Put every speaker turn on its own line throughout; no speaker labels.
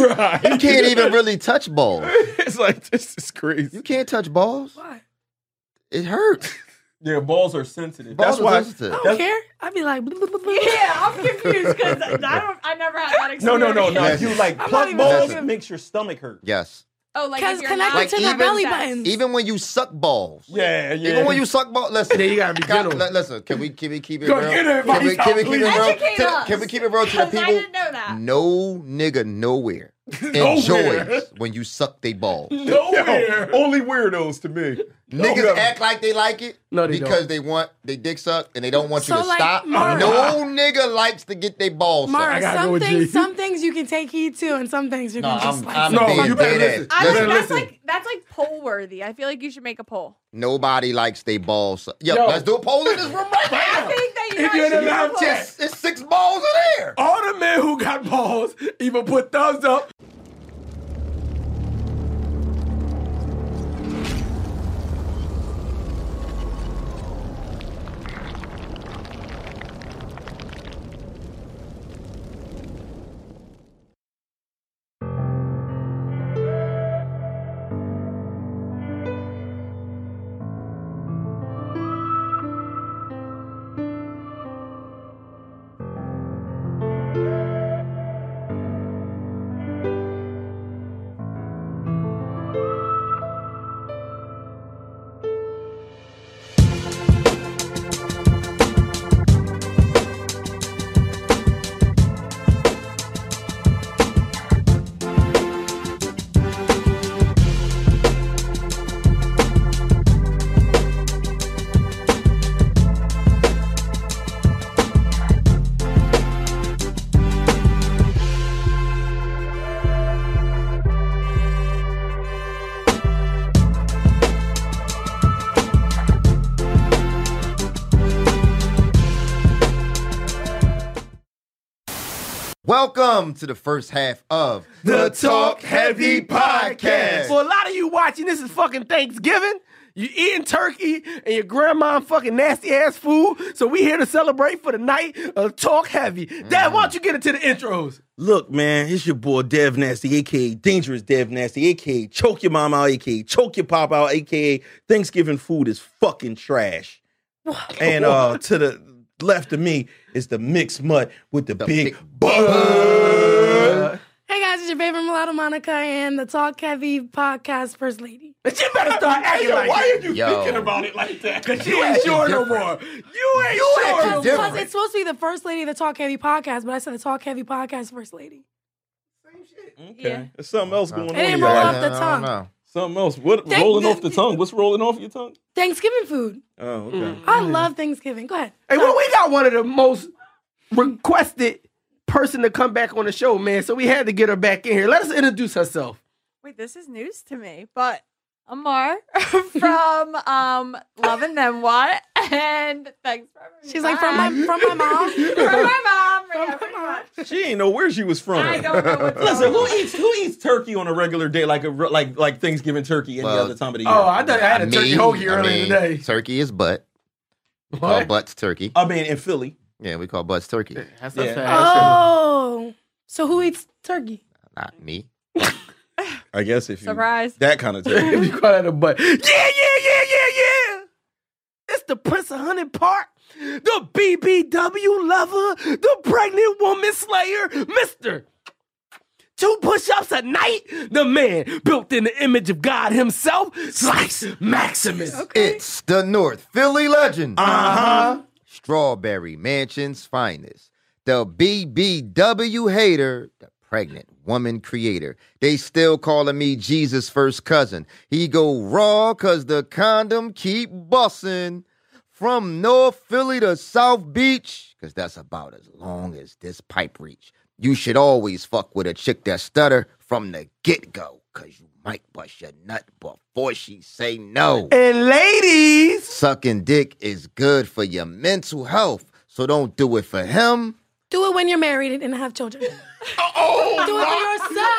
cried.
You can't even really touch balls.
it's like this is crazy.
You can't touch balls.
Why?
It hurts.
Their balls are sensitive.
Balls
That's why.
are sensitive.
I don't
That's-
care. I'd be like, blah, blah, blah, blah.
Yeah, I'm confused because I don't. I never had that experience.
No, no, no, no.
Yes.
If you like
I'm
pluck
not even
balls, it
joking.
makes your stomach hurt.
Yes.
Oh, like
Cause
if you're not
connected
Like
to the
even-
belly
Yes.
buttons.
Even when you suck balls.
Yeah, yeah.
Even when you suck balls. Listen.
Then you gotta be
Can-
gentle.
li- Listen. Can we can we keep it
Go
real?
get it,
Can we,
Mike,
can we keep it
please.
real?
Educate
to-
us.
can we keep it real to the
Because I
people?
didn't know that.
No nigga nowhere
Nowhere.
enjoys when you suck they balls.
nowhere. only weirdos to me.
Niggas
No.
act like they like it
No, they
because
don't.
they want they dick sucked and they don't want
So,
you to
like,
stop.
Mara-
No nigga likes to get their balls
Mara,
sucked.
gotta go
some
with
things,
G.
some things you can take heed to, and some things you're
No,
gonna just
I'm,
like.
I'm
No,
being
you better
dead
listen.
ass.
I
Listen,
think that's
listen.
like that's like poll worthy. I feel like you should make a poll.
Nobody likes they balls. sucked. Yo,
Yo.
let's do a poll in this room right now.
I think that
If you're
you
in the
should
live
make a
chat,
poll.
It's, it's six balls in there.
All the men who got balls even put thumbs up.
Welcome to the first half of
The Talk Heavy Podcast. For a lot of you watching, this is fucking Thanksgiving. You eating turkey and your grandma fucking nasty ass food. So we here to celebrate for the night of Talk Heavy. Dad,
Mm.
why don't you get into the intros?
Look, man, it's your boy Dev Nasty, aka Dangerous Dev Nasty, aka Choke Your Mom Out, aka Choke Your Pop Out, aka Thanksgiving food is fucking trash. And uh to the left of me is the mixed mutt with the, big,
big
butt.
Hey guys, it's your favorite mulatto Monica and the Talk Heavy Podcast First Lady.
But you better start acting like
Why are you
Yo.
thinking about it like that?
Cause you ain't sure no more. You ain't sure.
acting
Because
different.
it's supposed to be the First Lady of the Talk Heavy Podcast, but I said the Talk Heavy Podcast First Lady.
Okay.
Yeah.
There's something else going on.
It ain't
here.
roll
Yeah,
off the
I don't
tongue.
know.
Something else. What
Thank-
rolling off the tongue? What's rolling off your tongue?
Thanksgiving food.
Oh, okay.
Mm.
I love Thanksgiving. Go ahead.
Hey, well, we got one of the most requested person to come back on the show, man. So we had to get her back in here. Let us introduce herself.
Wait, this is news to me, but Amar from um Love and Then What, and thanks for having me
She's like from my
back.
from my mom.
from my mom. yeah, pretty much.
She ain't know where she was from.
I don't know what's going
Listen, who
on.
eats who eats turkey on a regular day like a re- like like Thanksgiving turkey any
Well,
other time of the year?
Oh, I thought I had a turkey
Me,
hoagie
I
earlier
mean,
today.
Turkey is butt. We call
What?
butts turkey.
I mean in Philly.
Yeah, we call butts turkey.
That's
Yeah.
Oh, so who eats turkey?
Not me.
I guess if you
Surprise.
that kind of turkey.
if you call that a butt. Yeah, yeah, yeah, yeah, yeah. It's the Prince of Honey Park, the BBW lover, the pregnant woman slayer, Mr. Two push ups a night, the man built in the image of God himself, Slice Maximus.
It's the North Philly legend.
Uh-huh.
Strawberry Mansion's finest. The BBW hater, the pregnant woman creator. They still calling me Jesus' first cousin. He go raw cause the condom keep bussin'. From North Philly to South Beach, cause that's about as long as this pipe reach. You should always fuck with a chick that stutter from the get-go, cause you might bust your nut before she say no.
And ladies,
Sucking dick is good for your mental health, so don't do it for him.
Do it when
Oh,
you're married and have children. Do it for yourself.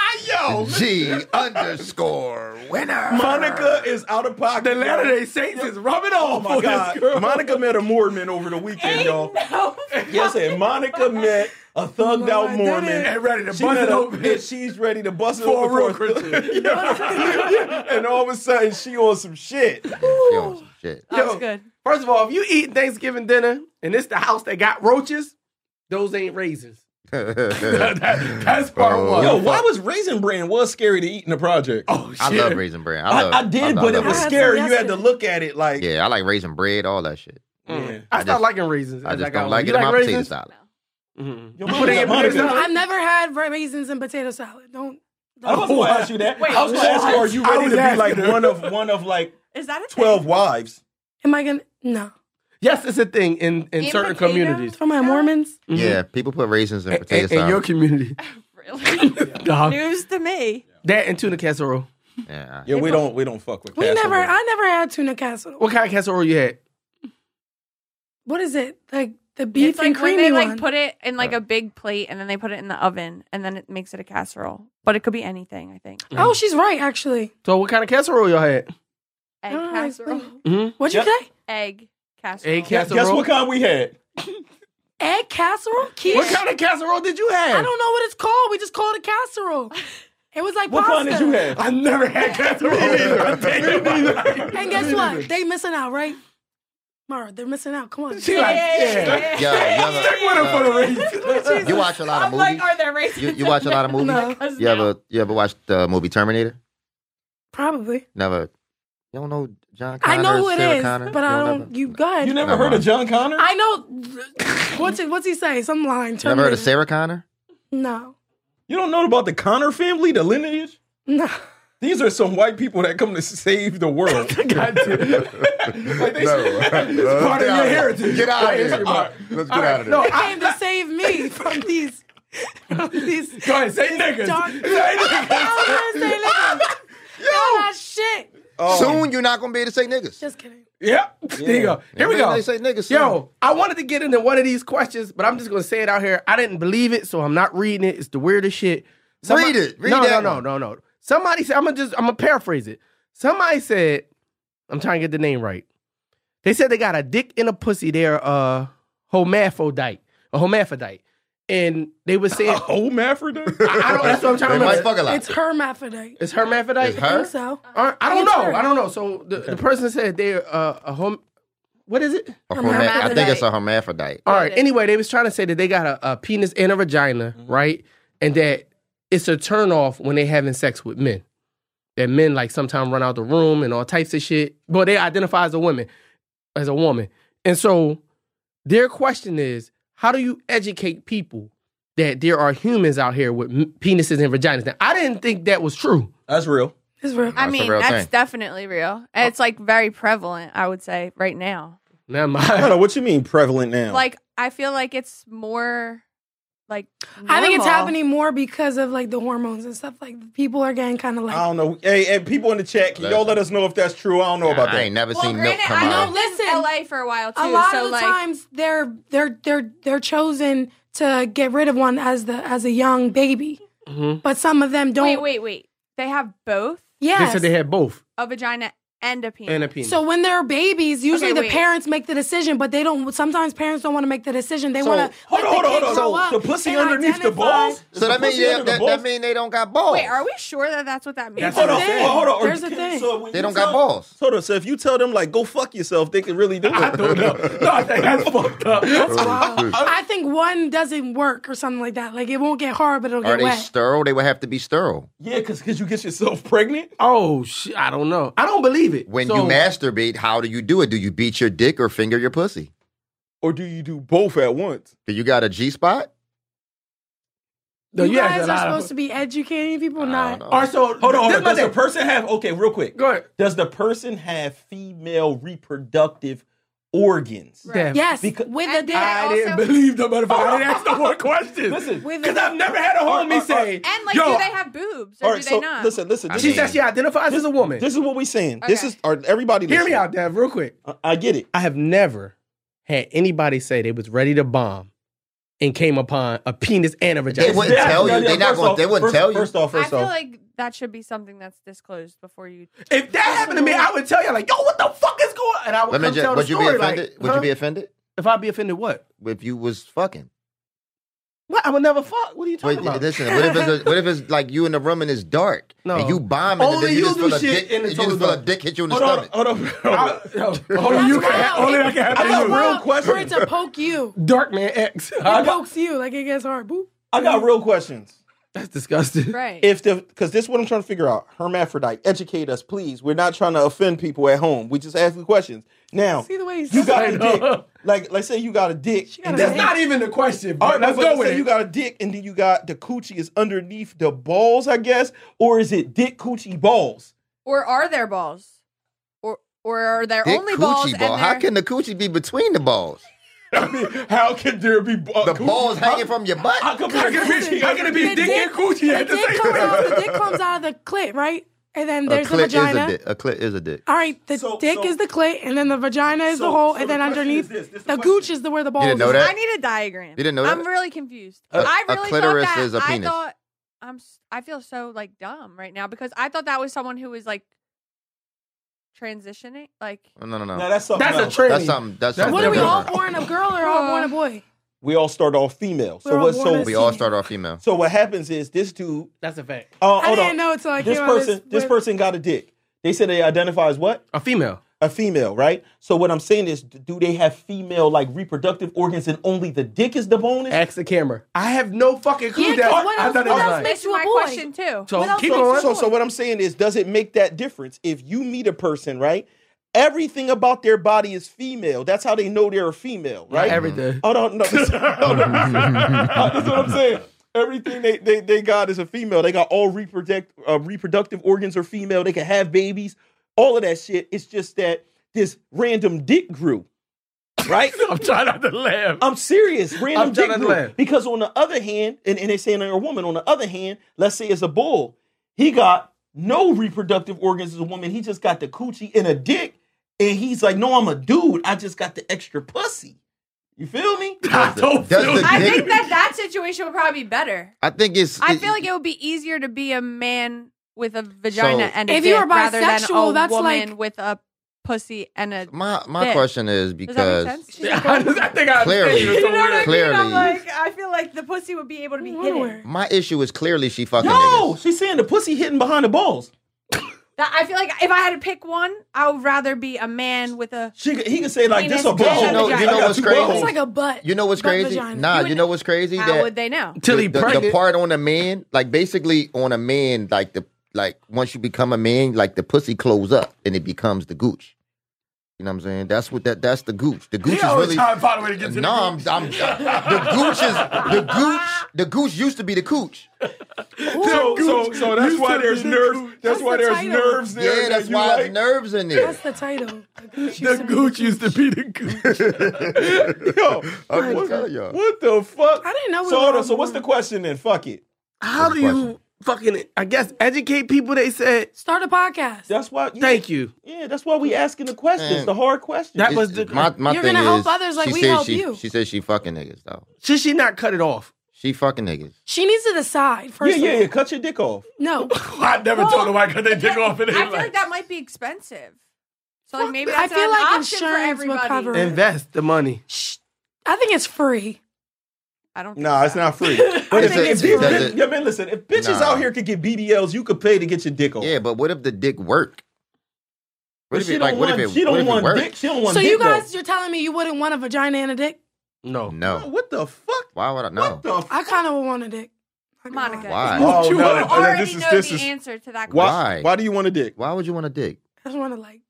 Ah, yo,
G underscore winner.
Monica is out of pocket.
The Latter Day Saints is rubbing off
Oh my
on this girl.
God. Monica met a Mormon over the weekend, y'all. Listen, Monica met a thugged out Mormon.
and ready to
She
bust
met
it
a-
open
and she's ready to bust it
for a
open
real
for a-
Christian.
Yeah. and all of a sudden, she on some shit.
She on some shit.
That was
Yo.
good.
First of all, if you eating Thanksgiving dinner and it's the house that got roaches, those ain't raisins. That- that's part
Oh.
one.
Yo, why was raisin bran was scary to eat in the project?
oh shit.
I love raisin bread. I,
I,
love,
I
love-
did, but
I
it
love
was
I had some
scary. You had to
yesterday.
look at it like,
Yeah, I like raisin bread, all that shit.
Mm. I,
Yeah.
Mm-hmm. I
start
just-
liking raisins.
I
as
just
got
don't
older.
like
You
it in my potato
raisins?
salad.
Mhm.
Yo,
You put it in your
Monica,
potato salad?
I've never had raisins and potato salad. Don't.
I was gonna ask you that.
Wait,
I was gonna ask you, are you
what? I
ready
was
to be like
asking her.
one of one of like
Is that a thing?
twelve wives?
Am I gonna? No.
Yes, it's a thing in, in
In
certain
potato?
communities.
For my
No.
Mormons.
Mhm.
Yeah, people put raisins in
A- a-
potato
in, your
salad.
community.
Really?
Dog.
News to me.
That and tuna casserole.
Yeah.
Yeah, we don't we don't fuck with.
We never.
Passover.
I never had tuna casserole.
What kind of casserole you had?
What is it? Like the beef
It's like
and
when
creamy
they like
one.
put it in like
Oh.
a big plate and then they put it in the oven and then it makes it a casserole. But it could be anything, I think.
oh, she's right. Actually,
So what kind of casserole y'all had?
Egg
No, I
casserole.
think-
Mm-hmm.
what'd you
Yep.
say?
Egg casserole.
Egg
Guess,
casserole.
guess what kind we had?
Egg casserole? Quiche?
What kind of casserole did you have?
I don't know what it's called. We just called it casserole. It was like
What kind
pasta.
did you have?
I never had casserole.
And guess what? They missing out, right? Mara, they're missing out. Come on.
She like, yeah.
Yo, y'all-
Stick with her for the reason.
you watch a lot of
I'm like,
movies.
are there raisins?
You, you watch a lot of movies.
No.
Because
You ever you ever watched the movie Terminator?
Probably.
Never. You don't know John
I
Connor?
know who it
Sarah
is,
Connor?
but I don't.
Never,
You go ahead.
You never
Never
heard of
mind.
John Connor?
I know. What's it? What's he say? Some line.
you never heard of
Terminator.
Sarah Connor?
No.
you don't know about the Connor family, the lineage?
No.
These are some white people that come to save the world.
God damn.
Like, they-
it's
part of your heritage.
Get out of here.
All right.
Let's
All
get
right.
out of
No,
there.
I-
Came to save me from these. From these.
Go ahead, say niggas.
dark-
Say niggas.
I was gonna say, look, y'all not shit.
Soon you're not gonna be able to say niggas.
Just kidding.
Yep. There you go. Here we
Man,
go.
They say niggas. soon.
Yo, I wanted to get into one of these questions, but I'm just gonna say it out here. I didn't believe it, so I'm not reading it. It's the weirdest shit.
Read it. Read
no,
that
no,
one.
no, no, no. Somebody said I'm gonna just I'm gonna paraphrase it. Somebody said, I'm trying to get the name right. They said they got a dick in a pussy. They're uh hermaphrodite. A hermaphrodite. And they were saying
a hermaphrodite?
I, I don't that's what I'm trying to
They might
remember.
fuck a lot.
It's hermaphrodite.
It's hermaphrodite?
It's
I
her?
think so.
Or- I don't
It's
know.
her.
I don't know. So the, the person said they're uh, a home what is it?
A herma- I think it's a
Hermaphrodite.
hermaphrodite.
All right. Anyway, they was trying to say that they got a, a penis and a vagina, right? And that it's a turnoff when they having sex with men. That men like sometimes run out the room and all types of shit. But they identify as a woman, as a woman. And so their question is, how do you educate people that there are humans out here with m- penises and vaginas? Now, I didn't think that was true.
That's real.
It's real.
I
That's a
mean,
real
that's
thing.
definitely real. And It's like very prevalent, I would say, right now.
Now
I
my
what you mean prevalent now?
Like, I feel like it's more like.
I think it's
normal.
happening more because of like the hormones and stuff. Like people are getting kind of like.
I
Oh.
don't know. Hey, hey, people in the chat, can y'all let us know if that's true? I don't know about
I
that.
ain't never
Well,
seen milk
granted,
come
I
out.
know
No, listen.
LA for a while too.
a lot
so
of the
like,
times they're they're they're they're chosen to get rid of one as the as a young baby,
Mhm.
but some of them don't.
wait, wait, wait. They have both
they
Yes.
said they had both
a vagina and a penis.
and a penis.
so when they're babies, usually
Okay,
the
wait.
parents make the decision, but they don't. Sometimes parents don't want to make the decision. They
So-
want to.
hold on, hold on, hold on.
Grow
So
up
the pussy
and
underneath the
identify-
balls?
So that means
Pussy
that,
under the
that,
balls?
that mean they don't got balls.
Wait, are we sure that that's what that means?
That's
Hold
a
on,
thing.
hold on, hold on.
There's a thing.
So when
They
you
don't got
tell-
balls.
Hold on. So if you tell them like go fuck yourself, they can really do it.
I don't know. No, I think that's fucked up. That's
Wow. I think one doesn't work or something like that. Like it won't get hard, but it'll
Are
get
they
wet.
sterile? They would have to be sterile.
Yeah, because you get yourself pregnant.
Oh shit! I don't know. I don't believe it.
When
So-
you masturbate, how do you do it? Do you beat your dick or finger your pussy?
Or do you do both at once?
Do you got a G spot?
No,
you,
you asked
guys
a
are
lot of-
supposed to be educating people, not.
All right, so
Hold on, hold
this
on.
my
Does the
thing.
person have okay, real quick.
Go ahead.
Does the person have female reproductive organs?
Right. Oh.
Yeah.
Yes,
Because-
with
And
the Oh, dick.
I
I didn't
Also-
believe the motherfucker. I didn't ask no more questions.
Listen.
With
because I've never had a homie say.
And like,
Yo,
do they have boobs or
All
do
right,
they
so
not?
listen, listen.
I
This
She
is,
mean-
said she identifies as a woman.
this is what we saying. This
Okay.
is or everybody.
Hear me
listening.
out, Dev, real quick.
I, I get it.
I have never had anybody say they was ready to bomb and came upon a penis and a vagina.
They wouldn't
Yeah,
tell
yeah,
you.
yeah.
They not
First
gonna-
off-
they wouldn't
first-
tell you.
First off,
I
first
feel
off,
like that should be something that's disclosed before you.
If that happened to me, I would tell you like, yo, what the fuck is going? And I would
Let me
come tell
just,
the
would you
story.
be offended?
Like,
would
huh?
you be offended
if I'd be offended, what?
if you was fucking?
What? I would never fuck. What are you talking
Wait,
about?
listen. What if it's what if it's like you in the room and it's dark
No.
and you bombing? and
Only
then you
you
just
do
feel a
shit
dick,
in the
you just
toilet
feel a
bowl.
dick hit you in the
Hold on,
stomach.
hold on, hold on.
only you
That's
can.
wild.
Only that can happen.
I got
to
a
you.
real
For
question.
it to poke you.
Dark man X. I
It
got,
pokes you. Like it gets hard. Boop.
I got real questions.
that's disgusting.
Right.
If the because this is what I'm trying to figure out. Hermaphrodite, educate us, please. We're not trying to offend people at home. We just ask you questions. Now
See the way he's
you got
I
a
know.
dick. Like let's say you got a dick.
got
and
a
then-
That's not even the question. Bro.
All right,
Let's
but
go
let's
with
say
it.
you got a dick, and then you got the coochie is underneath the balls, I guess, or is it dick coochie balls?
or are there balls? Or or are there
Dick
only
coochie
balls?
ball.
And
How
they're-
can the coochie be between the balls?
I mean, how can there be uh, balls?
The balls hanging from your butt.
How come I gotta be, how can it be
The
dick, and coochie at the
dick
same
comes
time?
out- The dick comes out of the clit, right? And then
a
there's the
clit is
vagina.
a dick. A clit is a dick.
All right, the
So-
dick
so-
is the clit, and then the vagina is the
so-
hole,
so
and
the
then
question
underneath
is this, this is
the
the
gooch
question.
is the where the balls.
didn't know
is.
that?
I need a diagram.
You didn't know
I'm
that?
really confused.
A-
I
a
really
clitoris
thought that,
is a penis.
I thought I'm. s- I feel so like dumb right now because I thought that was someone who was like transitioning. Like
No, no, no.
Now that's something.
That's a
else.
tranny.
That's something. That's
That's
something.
what
What are we all
different.
born a girl or all born a boy?
we all start off female. So
We're all
what?
born
So
as
We all start off female.
So what happens is this dude.
That's a fact.
Uh,
I
hold
didn't
on.
know until I
This
came
person.
out. of
this
with-
person got a dick. They said they identify as what?
A female.
A female, right? So what I'm saying is, do they have female like reproductive organs and only the dick is the bonus?
Ask the camera. I have no fucking clue.
Yeah, 'cause
That's
what
I
else-
thought it
what
was
else
like.
makes-
that's
you a
my
boy.
question too.
So
what else
keep
makes
going.
you
So, so what I'm saying is, does it make that difference if you meet a person, right? Everything about their body is female. That's how they know they're a female, right?
Everything.
Hold on, no, this- hold on. That's what I'm saying. Everything they, they, they got is a female. They got all reproduct, uh, reproductive organs are female. They can have babies, all of that shit. It's just that this random dick grew, right?
I'm trying not to laugh.
I'm serious. Random
I'm
dick
Jonathan
grew.
Lamb.
Because on the other hand, and, and they saying they're a woman, on the other hand, let's say it's a bull. He got no reproductive organs as a woman. He just got the coochie and a dick. And he's like, no, I'm a dude. I just got the extra pussy. You feel me?
I don't
Does
feel
the
I
good.
dick-
think that that situation would probably be better.
I think it's.
I feel like it would be easier to be a man with a vagina
So-
and a
If
dick
you were
rather than a
bisexual, that's
woman
like-
with a pussy and a.
my my
dick.
question is
Does that make
because
sense?
I just- I think I
Clearly.
you
You know what I
Clear-
mean? I'm
Clearly.
like, I feel like the pussy would be able to be hidden.
Nowhere.
my issue is clearly she fucking.
No,
niggas.
she's saying the pussy hidden behind the balls.
That I feel like if I had to pick one, I would rather be a man with a.
She could- he could say like this a
Penis
ball.
and
You know- you know
I got
what's
two
crazy?
balls.
It's like a butt.
You know what's
Butt
crazy?
vagina.
Nah,
You
you
would-
know what's crazy?
How
that
would they know?
Till he
the, the, the
pregnant.
part on a man, like basically on a man, like the like once you become a man, like the pussy close up and it becomes the gooch. You know what I'm saying? That's what that that's the gooch. The gooch
He
is
always
really
trying to find a way to get to the
No, I'm,
gooch.
I'm the gooch is the gooch. The gooch used to be the cooch.
So, so, so that's
You
why
said
there's
the
nerves.
gooch.
That's
That's
why
the
there's
title.
nerves there.
Yeah,
that
that's
you
why
like.
there's nerves in there.
That's the title. The gooch.
The gooch used to be the gooch.
Yo,
I'm
what,
just telling y'all.
what the fuck?
I didn't know we
So,
were
hold on,
all
so what's the
born.
question then? Fuck it.
How do
What's the
you fucking? I guess educate people. They said
Start a podcast.
That's why. Yeah,
thank you.
Yeah, that's why we asking the questions,
Man.
the hard questions.
That
It's-
was the.
my, my
You're
thing
gonna help
is,
others like
she
we
says
help
she,
you.
She says she fucking niggas though.
should she not cut it off?
She fucking niggas.
She needs to decide
yeah,
first.
yeah,
of
yeah. Cut your dick
all.
off.
No.
I never
Well,
told her why because they dick off and
I
they
feel
like
like that might be expensive. So
Fuck
like maybe
that. I
that's
feel
an
like
option for
insurance would
everybody.
cover it.
invest the money.
Shh. I think it's free.
I don't. Think
Nah,
so.
it's not free. But
It's
if,
a-
if,
it's-
if,
does it-
yeah, man, listen. If bitches
Nah.
out here could get BBLs, you could pay to get your dick off.
Yeah, but what if the dick work? What
Oh. But
if
she
it
don't
like? What
want.
if it?
she
what
don't
if it
want
work?
dick. She don't want
So
dick.
you guys,
though.
you're telling me you wouldn't want a vagina and a dick?
No.
No.
What the fuck?
Why would I? No.
What the? Fuck?
I kind of would want a dick. I kinda
Monica.
want-
Why?
Oh,
Oh,
you
no.
wanna-
and
I
then
already
this is-
know
this
the
is-
answer to that question.
Why?
Why do you want a dick?
Why would you want a dick?
I just want to like.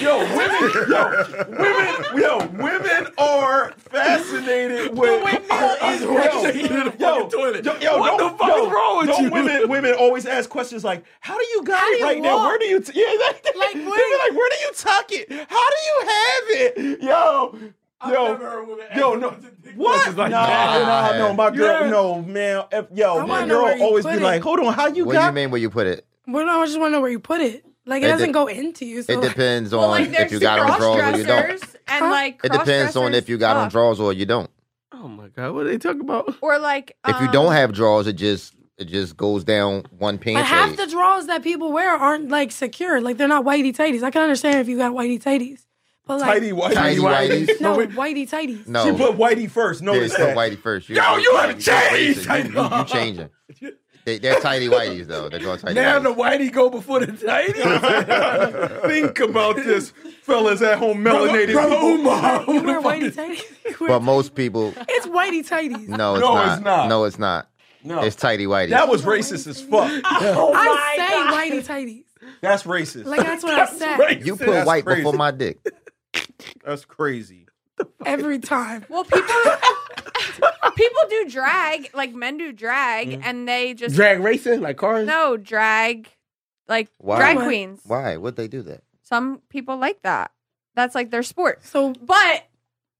Yo, women, yo, women, yo, women are fascinated with.
way Mila is shaking in the fucking toilet. What
don't-
the fuck is wrong with
don't
you?
Women, women always ask questions like, "How do you got
How do
it
you
right now?
walk?"
Where do you? T- yeah, like, they,
Like,
they be
where-
like, where do you tuck it? How do you have it? Yo, yo, yo, no, what?
questions like
nah,
that.
nah, no, my girl,
Yeah.
no, man, if- yo,
I
my
wanna know where
girl
you
always
put
be
it.
like, hold on, how you
What do
got?
you mean where you put it?
Well, no, I just want to know where you put it. Like, it,
It
doesn't
de-
go into you. So
It
like,
depends
Well,
on
like
if
there's
you got on drawers or you don't.
cross-dressers and like
It depends on if you got on
cross-dressers.
drawers or you don't.
Oh my god, what are they talking about?
Or like
If you
um,
don't have drawers, it just It just goes down one
But
pant
half
leg.
the drawers that people wear aren't like secure. Like they're not whitey tighties. I can understand if you got whitey tighties, but like
Tidy whitey.
Tidy whitey.
no
wait.
whitey tighties.
no,
She put whitey first.
yeah,
Notice
it's not
that.
Whitey first. You,
Yo, you have changed.
You, you, you, you changing? They, they're tidy whiteys though. They're going tidy.
Now
whities.
the whitey go before the tighty.
Think about this, fellas at home, melanated.
Brother
people.
Umar.
You wear whitey tighties. You wear-
but most people,
it's whitey tighties.
no, it's,
No,
not.
it's not.
No, it's not.
No.
It's tidy whitey.
That was racist as fuck.
Oh, I say whitey tighties.
That's racist.
Like that's what I said
you put
That's
white
crazy.
before my dick.
That's crazy.
every time.
Well, people people do drag, like men do drag,
Mm.
and they just
Drag racing like cars.
no drag, like
Why?
drag
What?
queens.
Why would they do that?
Some people like that. That's like their sport.
So
But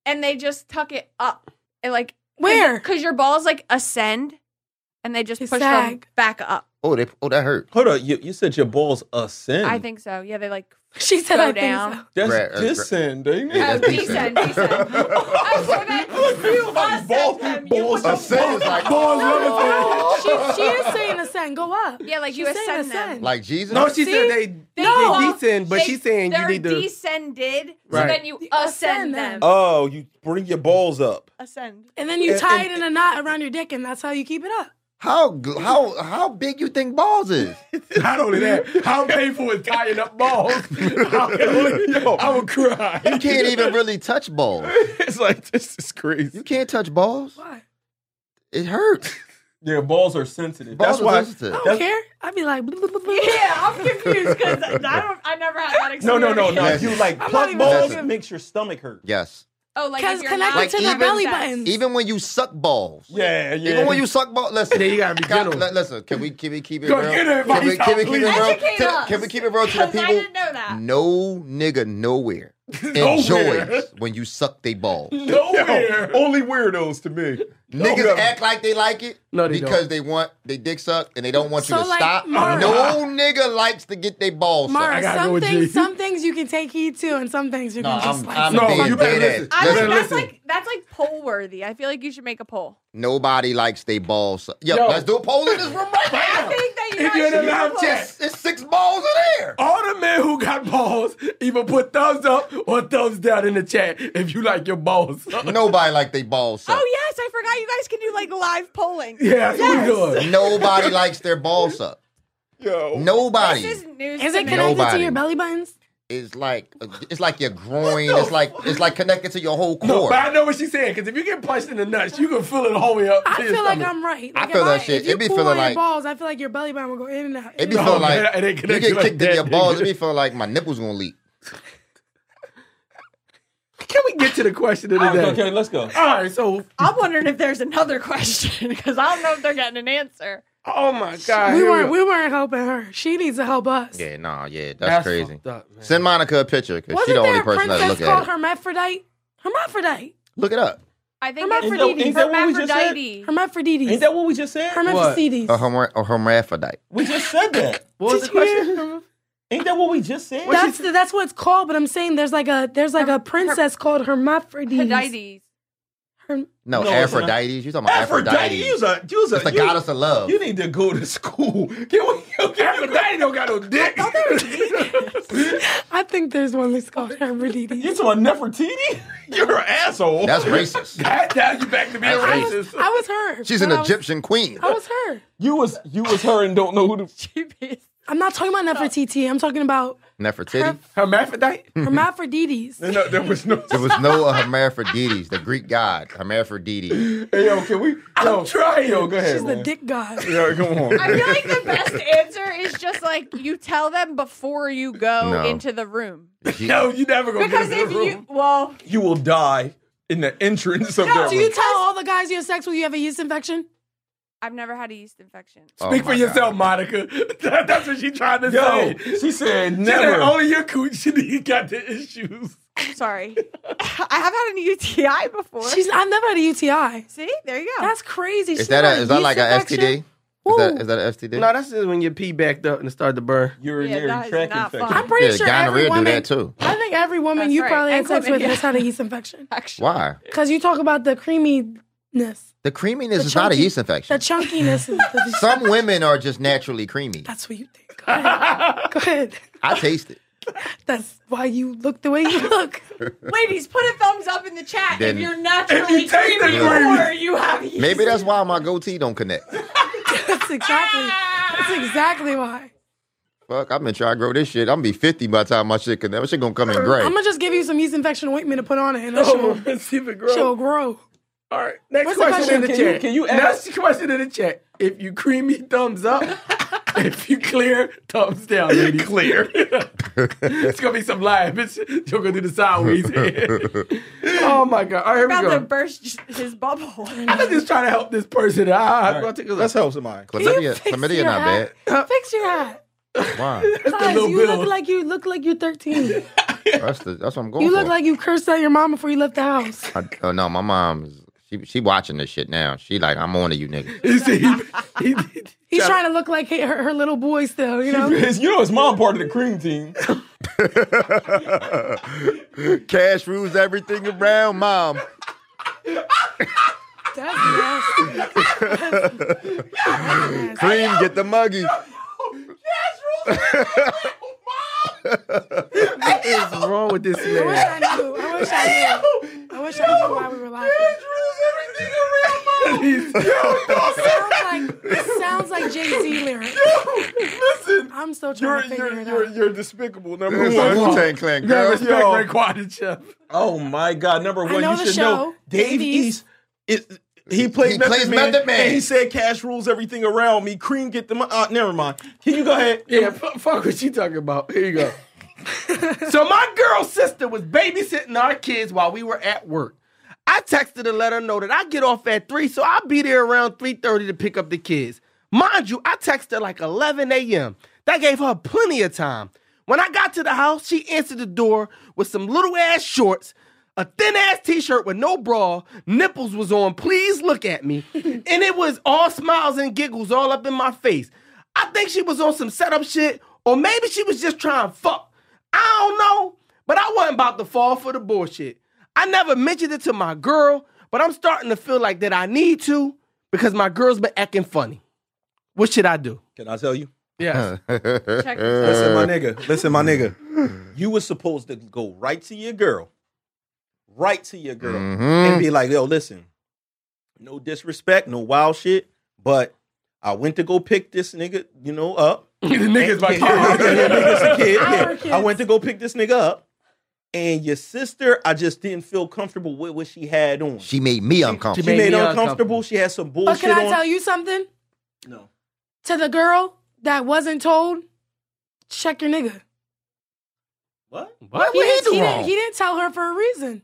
and they just tuck it up, and like
where?
because your balls like ascend, and they just
They
push them
sag.
back up.
Oh, they, oh, that hurt.
Hold up, you, you said your balls ascend.
I think so. Yeah, they like
She said
Go
I
down.
think so.
that's
Right, uh,
descend, ain't it?
Yeah,
oh,
that's decent.
descend, descend. I swear that you ascend
balls-
them. You
balls Oh.
put them
ascend
back
is like-
up.
Balls levitating.
She, she is saying ascend, go up.
Oh. Yeah, like you
She's saying
ascend them.
Like Jesus.
No, she
See?
said they they
No.
decent, but
They-
she's saying you
they're
need to.
descended, so
Right.
then you
You
ascend
ascend
them.
them.
Oh, you bring your balls up.
Ascend.
And then you
And-
tie
and-
it in a knot around your dick, and that's how you keep it up.
how gl- how how big you think balls is?
Not only that, how painful is tying up balls? I would
You
cry.
can't even really touch balls.
It's like this is
You
crazy.
can't touch balls.
Why?
It hurts.
Yeah, balls are sensitive.
Balls
that's why.
are sensitive.
I don't
That's-
care. I'd be like, blah, blah, blah, blah.
Yeah, I'm confused because I don't. I never had that experience.
No, no, no, no.
Listen.
You like
I'm not
pluck
even
balls
joking.
makes your stomach hurt.
Yes.
Oh, like
Because
if you're
connected
not-
to the Like, even- belly
button.
Even when you suck balls.
Yeah, yeah.
Even when you suck balls. Listen.
Then you gotta be
Can-
gentle.
li- Listen. Can we can we keep it
Go
real?
get her,
Can we,
Mike,
can we keep it
please.
real?
Educate
to-
us.
can we keep it real to the
Because I didn't
people?
know that.
No nigga nowhere
Nowhere.
enjoys when you suck they balls.
Nowhere.
Yo, only weirdos to me.
Niggas
No.
act like they like it
No, they
because
don't.
they want they dick sucked and they don't want
So,
you to
like,
stop.
Mark-
no nigga likes to get their balls
Mara,
sucked.
gotta go
some
with you.
things, some things you can take heed to, and some things you're
No,
gonna
I'm,
just like.
I'm
No,
being
you better
dead
listen.
ass.
I
Listen,
like, that's
listen.
like that's like poll worthy. I feel like you should make a poll.
Nobody likes they balls. sucked. Yo,
Yo.
let's do a poll in this room right
I
now.
think that you
If
guys
you're in
should
the live
make a poll.
chat.
It's, it's six balls in there.
All the men who got balls either put thumbs up or thumbs down in the chat if you like your balls.
Nobody like they balls sucked.
Oh yes, I forgot you guys can do like live polling.
Yeah, that's what we doing.
Nobody likes their balls sucked.
Yo.
Nobody.
This is news.
Is
to
it
me.
connected
Nobody.
to your belly buttons?
It's like it's like your groin. It's like it's like connected to your whole
No,
core.
but I know what she's saying because if you get punched in the nuts, you can feel it all the way up.
I
to your
feel like
stomach.
I'm right.
I
Like, if
feel that shit.
If you
It be
pull
feeling
on your
like-
balls, I feel like your belly button will go in and out.
It be
No,
feeling
man,
like
it ain't
you
connected
get
like
kicked
that,
in your
nigga.
balls. It be feeling like my nipples gonna leak.
Can we get to the question of the
Okay,
day?
okay, let's go.
All right, so
I'm wondering if there's another question because I don't know if they're getting an answer.
oh my god,
we
here
weren't
go.
we weren't helping her. She needs to help us.
Yeah, nah, yeah, that's,
That's
crazy.
fucked up, man.
Send Monica a picture because she's
Wasn't
the only
there a
person that
princess
look at
called
it.
Hermaphrodite? Hermaphrodite.
Look it up.
I think it's
Hermaphrodite.
Ain't that what we just said?
Hermaphrodite.
Ain't
Hermaphrodites.
that what we just said?
Hermaphrodites.
A, homer, a hermaphrodite.
We just said that.
What was the
Did you hear?
question?
Ain't that what we just said?
That's the, that's what it's called. But I'm saying there's like a there's like
Her-
a princess called Hermaphrodites.
Hermaphrodites.
Her,
No,
No, it's not.
Aphrodite. You talking about Aphrodite?
Aphrodite, you's a you's a
it's the
you-
goddess of love.
You need to go to school. Can we? Can we
Aphrodite don't got no dick.
I think there's one that's called Hermaphrodites.
you to a Nefertiti? You're an asshole.
That's racist.
God, now you back to being
I
I was, I
racist.
was her.
She's
when
an
I was-
Egyptian queen.
I was her.
you was you was her and don't know who the.
I'm not talking about Nefertiti. I'm talking about
Nefertiti.
Hermaphrodite.
Hermaphrodites.
No, there was no.
There was no uh, Hermaphrodites, the Greek god Hermaphrodite.
Hey, yo, can we? Yo,
I'm trying.
yo, go ahead.
She's the
man.
dick god.
Yo, come
I
on.
feel like the best answer is just like you tell them before you go
No.
into the room.
She-
No, you never gonna
Because
get in
if
the
you
room.
well,
you will die in the entrance of
No,
that
Do you
room.
tell all the guys you have sex with you have a yeast infection?
I've never had a yeast infection.
Oh
Speak
my
for
God.
yourself, Monica. That- that's what she tried to
Yo,
say.
she said
She "Oh, said
never.
only your coochie got the issues.
I'm sorry. I have had an UTI before.
She's I've never had a UTI.
See, there you go.
That's crazy.
Is that a, is that like an STD? Is that,
Ooh.
is that an STD?
that's just when your pee backed up and started to burn.
Urinary
that is
tract
not
infection.
fun.
I'm pretty
yeah,
sure
gonorrhea
every
do
woman.
that too.
I think every woman
That's
you
right.
probably had
And
sex with
chlamydia.
has had a yeast infection.
Actually,
Why?
Because you talk about the creamy chunkiness.
The creaminess
The
is not a
chunky-
yeast
The
infection.
chunkiness is the
Some women are just naturally creamy.
That's what you think. Go ahead. Go ahead.
I taste it.
That's why you look the way you look.
Ladies, put a thumbs up in the chat
Then-
if you're naturally
take the
creamy
cream.
or you have yeast.
Maybe that's why my goatee don't connect.
That's exactly. That's exactly why.
Fuck, I've been trying to grow this shit. I'm gonna be 50 by the time my shit connect. My shit gonna come in gray.
I'm gonna just give you some yeast infection ointment to put on it, and that
Oh,
shit
let's see if it
will-
grows.
shit will grow.
All right, next
What's the
question, in
question?
the
Can you-
chat.
can you add-
next question in the chat? If you creamy, thumbs up. if you clear, thumbs down. Ladies. Clear. it's gonna be some live. It's, you're gonna do the sideways. hand. oh my god! All right, here we
about to
go.
burst his bubble.
I'm just trying to help this person. Ah,
All
right.
right, Let's help somebody.
chlamydia,
fix
chlamydia
your
not
eye?
bad.
Fix your eye.
Why?
Guys,
little
you
bill.
look like you look like you're 13. you
That's, the, that's what I'm going for.
Uh-huh.
look like you cursed out your mom before you left the house.
I, oh no, my mom's she she watching this shit now. She like, I'm on to you niggas.
You see, he, he-
He's trying to look like he- her, her little boy still, you know.
His- you know his mom part of the cream team.
Cash rules everything around, mom.
That's nasty.
Cream, get the muggy.
what is wrong with this
I wish
man?
I knew. I wish I knew. I wish I knew why we were laughing.
He's-
sounds like it sounds like Jay Z lyrics.
Listen,
I'm still
you're
trying to
you're
figure
you're,
it out.
you're despicable. Number
It's
one.
a Wu-Tang Clan
you gotta
girl.
respect
yo.
Ray Quad Chef.
Oh my God! Number one,
know
you
the
show.
show.
Dave
Dave
East. It, he played
He
Method,
plays
Man,
Method Man.
and he said, "Cash rules everything around me." Cream, get the mo- uh, Never mind. Can you go ahead?
Yeah, f- fuck what you talking about. Here you go. so my girl sister was babysitting our kids while we were at work. I texted and let her know that I get off at three, so I'll be there around three thirty to pick up the kids. Mind you, I texted her like eleven a.m. That gave her plenty of time. When I got to the house, she answered the door with some little ass shorts, a thin ass t-shirt with no bra, nipples was on. Please look at me, and it was all smiles and giggles all up in my face. I think she was on some setup shit, or maybe she was just trying to fuck. I don't know, but I wasn't about to fall for the bullshit. I never mentioned it to my girl, but I'm starting to feel like that I need to because my girl's been acting funny. What should I do?
Can I tell you?
Yeah.
Listen, my
Check
nigga. Listen, my nigga. You were supposed to go right to your girl, right to your girl,
Mm.
Mm-hmm.
and be like, "Yo, listen. No disrespect, no wild shit, but I went to go pick this nigga, you know, up.
the niggas my
Yeah, yeah, yeah, nigga's a kid, yeah.
Our kids.
I went to go pick this nigga up, and your sister, I just didn't feel comfortable with what she had on. She,
She made me
She
uncomfortable.
made
made
me
uncomfortable.
uncomfortable.
She had some bullshit
But can I
on.
tell you something?
No.
To the girl that wasn't told, check your nigga.
What?
What? What
He,
he
didn't, he,
do
didn't,
wrong?
he didn't tell her for a reason.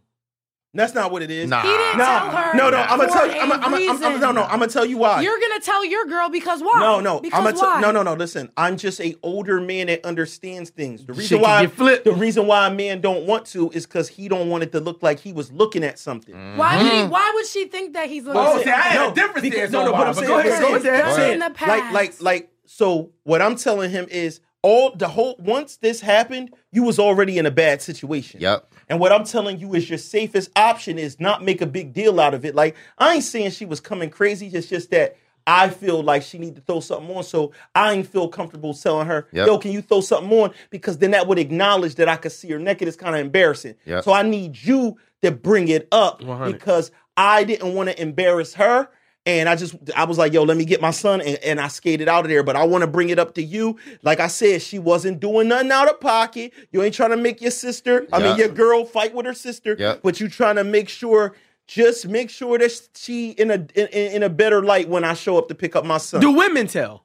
That's not what it is.
Nah.
He didn't
No,
tell her.
no, no. I'm gonna
for
tell you. I'm
a
gonna, I'm gonna, I'm, I'm,
reason.
no, no. I'm gonna tell you why.
You're gonna tell your girl because why?
no, no.
Because
I'm gonna
why?
tell. No, no, no. Listen, I'm just a older man that understands things. The
Shit
reason
can
why
get flipped.
the reason why a man don't want to is because he don't want it to look like he was looking at something.
Why? would
Mm-hmm.
he- why would she think that he's looking?
Oh,
at
see, I
her?
had a different
because-
stance
No,
on
no,
why,
but I'm
but
saying,
go ahead,
I'm
go
saying-
ahead.
I'm
That's
saying,
in the
Like, like,
past.
like. So what I'm telling him is all the whole. Once this happened, you was already in a bad situation.
Yep.
And what I'm telling you is your safest option is not make a big deal out of it. Like I ain't saying she was coming crazy. It's just that I feel like she need to throw something on. So I ain't feel comfortable telling her,
Yep.
yo, can you throw something on? Because then that would acknowledge that I could see her naked. It's kind of embarrassing.
Yep.
So I need you to bring it up
100.
because I didn't want to embarrass her. And I just, I was like, yo, let me get my son. And, and I skated out of there. But I want to bring it up to you. Like I said, she wasn't doing nothing out of pocket. You ain't trying to make your sister, I mean,
Yeah.
your girl fight with her sister.
Yeah.
But you trying to make sure, just make sure that she in a in, in a better light when I show up to pick up my son.
Do women tell?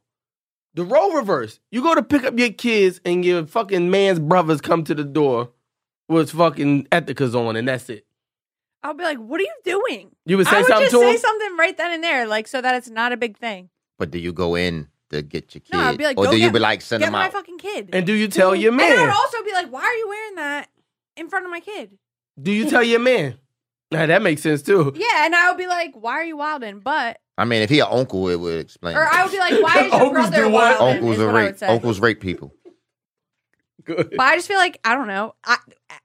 The role reverse. You go to pick up your kids and your fucking man's brothers come to the door with fucking ethicas on and that's it.
I'll be like, "What are you doing?"
You would say
I would
something
just
to
say
him?
something right then and there, like so that it's not a big thing.
But do you go in to get your kid?
No, I'd be like,
or
"Go
do you
get-
be like, send
Get
them
my
out?
fucking kid.
And do you tell your
Mm. And I would
man?
also be like, "Why are you wearing that in front of my kid?"
Do you tell your man? Now that makes sense too.
Yeah, and I would be like, "Why are you wilding?" But
I mean, if he an uncle, it would explain.
or
it.
I would be like, "Why is your
Uncles
brother
do what?
wilding?"
uncles
is
are
what I would
rape.
say.
Uncles rape people.
Good.
But I just feel like I don't know. I,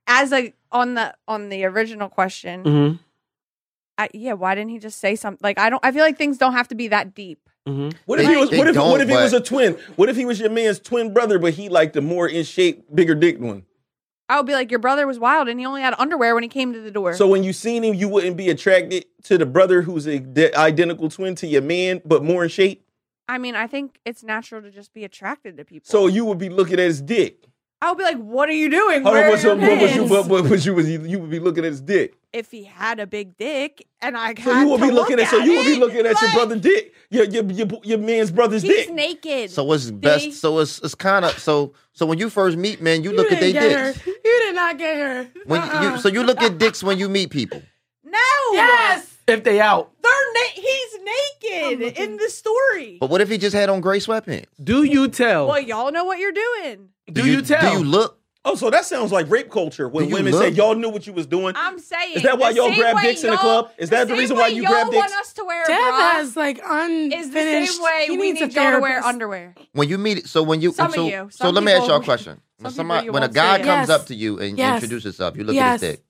as a on the on the original question,
Mm-hmm.
I, yeah, why didn't he just say something? Like I don't. I feel like things don't have to be that deep.
mm-hmm.
What if
They-
he was?
they
What if,
don't,
what if he
but-
was a twin? What if he was your man's twin brother, but he like the more in shape, bigger dick one?
I would be like, your brother was wild, and he only had underwear when he came to the door.
So when you seen him, you wouldn't be attracted to the brother who's a de- identical twin to your man, but more in shape.
I mean, I think it's natural to just be attracted to people.
So you would be looking at his dick.
I would be like, what are you doing?
Hold
Where
on,
are
what's
your
up? What was you?
pants?
What, what, what you was? You, you would be looking at his dick.
if he had a big dick, and I
So
had
you would
to
be looking
look
at. So you would be
it,
looking at your
like,
brother dick. Your your your, your man's brother's
He's
dick.
naked.
So what's best?
See?
So it's it's kind of so so when you first meet men, you, look at
didn't
their
get her.
dicks.
You did not get her.
When
Uh-uh.
you so you look at dicks when you meet people.
no.
yes,
If they out,
They're na- he's naked in the story.
Oh.
But what if he just had on gray sweatpants?
do you tell?
Well, y'all know what you're doing.
do you, tell?
Do you look?
Oh, so that sounds like rape culture when
Do you
women say
look-
y'all knew what you was doing.
I'm saying.
Is that why
the
y'all
same
grab
way
dicks in the
y'all-
club? Is that the
same
reason why
way
you grab
y'all
dicks?
want us to wear a
Dev
bra
has like unfinished.
Is the same way
he
we
needs a
need y'all to wear
therapist.
underwear.
When you meet, so when you,
Some of
so,
you.
so
Some
let me ask
people-
y'all a question.
some
When
people
somebody,
you
when a
won't
guy
see it.
comes
Yes.
up to you and
Yes.
introduces himself, you look at his
Yes.
dick.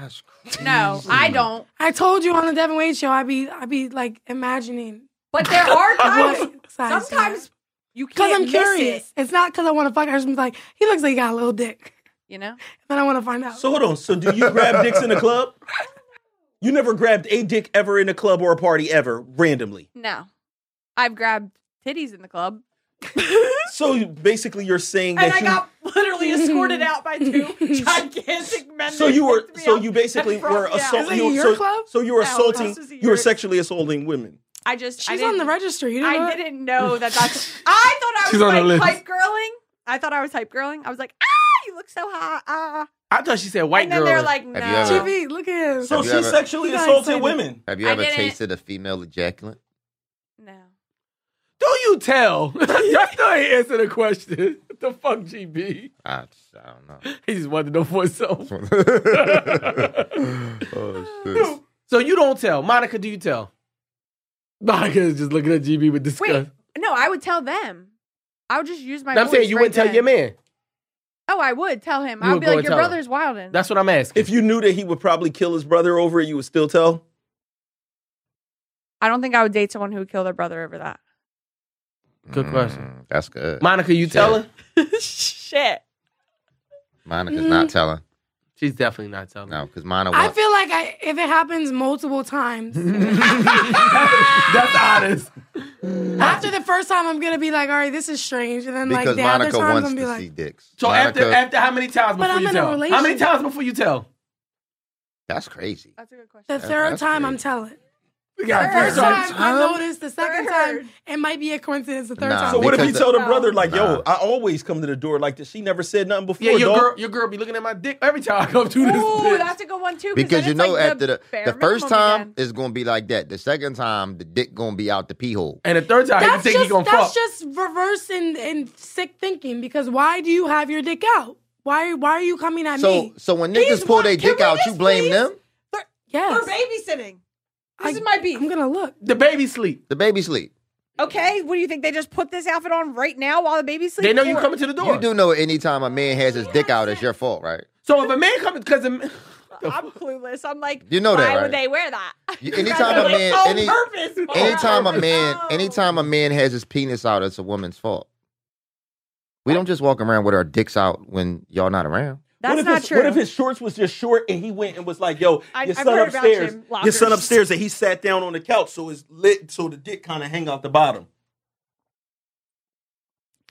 That's crazy.
No, I don't.
I told you on the Devin Wade show, I'd be, I'd be like imagining.
But there are times.
what size you are.
sometimes you
because I'm
can't. miss
curious.
it,
It's not because I want to fuck. I just was like, he looks like he got a little dick.
you know.
Then I want to find out.
So hold on. So do you grab dicks in the club? You never grabbed a dick ever in a club or a party ever randomly.
No, I've grabbed titties in the club,
So you- basically, you're saying
and
that
I
you.
got literally escorted out by two gigantic men.
so
that
you were.
picked me
So
up
you basically
and brought
were
me out.
Is it
assaulting. You,
your
so,
club?
so you were
No,
assaulting.
this is
You were
yours.
sexually assaulting women.
I just I
She's on the
didn't-
registry. You didn't know
I
that?
didn't know that. That's. I thought I was
She's on the
like
list.
hype girling. I thought I was hype girling. I was like, ah, you look so hot. Ah.
I thought she said white
and then
girl.
they're like, no.
you ever- didn't-
TV, look at him.
So
Have
she
you ever-
sexually
You got
assaulted
excited.
women.
Have you
I
ever
didn't-
tasted a female ejaculate?
no.
do you tell? y'all still ain't answer the question. What the fuck, GB?
I, I don't know.
He just wanted to know for himself.
oh shit!
So you don't tell, Monica? Do you tell? Monica is just looking at GB with
Wait,
disgust.
no, I would tell them. I would just use my.
No, I'm saying
voice
you
right
wouldn't tell
then.
your man.
Oh, I would tell him.
You would
I would be
go
like,
and
your
tell him.
brother's wildin'.
That's what I'm asking.
If you knew that he would probably kill his brother over it, you would still tell.
I don't think I would date someone who would kill their brother over that.
Good question.
Mm, that's good.
Monica, you telling?
Shit.
Monica's not telling.
She's definitely not telling.
No, because Monica.
I feel like I, if it happens multiple times,
That's honest.
after the first time, I'm gonna be like, all right, this is strange, and then
because
like the
Monica
other times, I'm
wants
gonna
to
be
see
like,
dicks.
So
Monica,
after after how many times before
But I'm
you
in a
tell? How many
relationship.
times before you tell?
that's crazy.
That's a good question.
the
That-
third
that's
time,
crazy.
I'm telling.
We got
Third
First
first
time, I
time?
noticed. The second
Third.
time, it might be a coincidence. The third
Nah,
time,
So what if
Because
you
the-
tell the brother like,
Nah.
"Yo, I always come to the door like this. She never said nothing before,
Yeah, your
dog."
girl, your girl be looking at my dick every time I come to this.
Ooh,
bitch.
that's a good one too.
Because you
then it's,
know,
like,
after the
bare
the, first
minimum
time
again.
it's gonna be like that. The second time, the dick gonna be out the pee hole.
and the third time you
that's
think he
just
gonna
that's
fuck.
just reverse and, and sick thinking. Because why do you have your dick out? Why why are you coming at
So
me?
so when
He's
niggas pull
one-
their
can
dick
we
out, you
just
blame
please?
them.
Yes,
For babysitting. This
I-
is my beef.
I'm gonna look.
the baby sleep.
The baby sleep.
Okay, what do you think? They just put this outfit on right now while the baby's
They
sleeping?
know you
Or-
coming to the door.
You do know anytime a man has his dick out, it's your fault, right?
So if a man comes, because
I'm clueless. I'm like,
You know
why
that, right?
would they wear that?
You- anytime a man,
on
any,
purpose. Mark.
anytime a man,
No.
anytime a man has his penis out, it's a woman's fault. We don't just walk around with our dicks out when y'all not around.
That's
what if
not
his,
true.
What if his shorts was just short and he went and was like, "Yo,
I-
your
I've
son
heard about
upstairs,
gym
your son
lockers.
upstairs," and he sat down on the couch so it's lit, so the dick kind of hang out the bottom.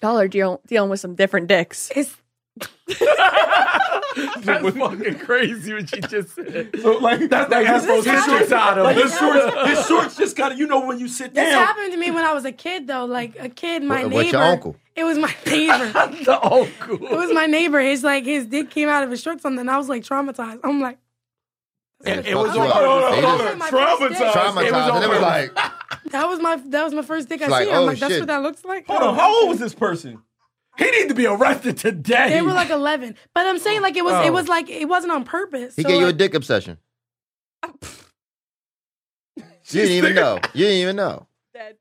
Y'all are deal- dealing with some different dicks.
It's
that's fucking crazy what you just said.
So like
That's like that's
his,
supposed to short side of
like his
it.
shorts, his shorts just kind of you know when you sit
this
down.
happened to me when I was a kid though. Like a kid,
What-
my neighbor.
what your uncle?
It was my neighbor.
The uncle.
it was my neighbor. His like his dick came out of his shorts and I was like traumatized. I'm like,
it, it was on-
Hold on, hold on,
it
hold
was-
on.
my first dick.
Traumatized,
It was
and it was
over.
like,
That was my that was my first dick I
like,
seen. I'm
oh,
like, that's
shit.
what that looks like.
Hold on, how old was this person?
He needed to be arrested today.
They were like 11, but I'm saying like it was
Oh.
it was like it wasn't on purpose.
he
So,
gave you a
like,
dick obsession. You didn't even know. You didn't even know.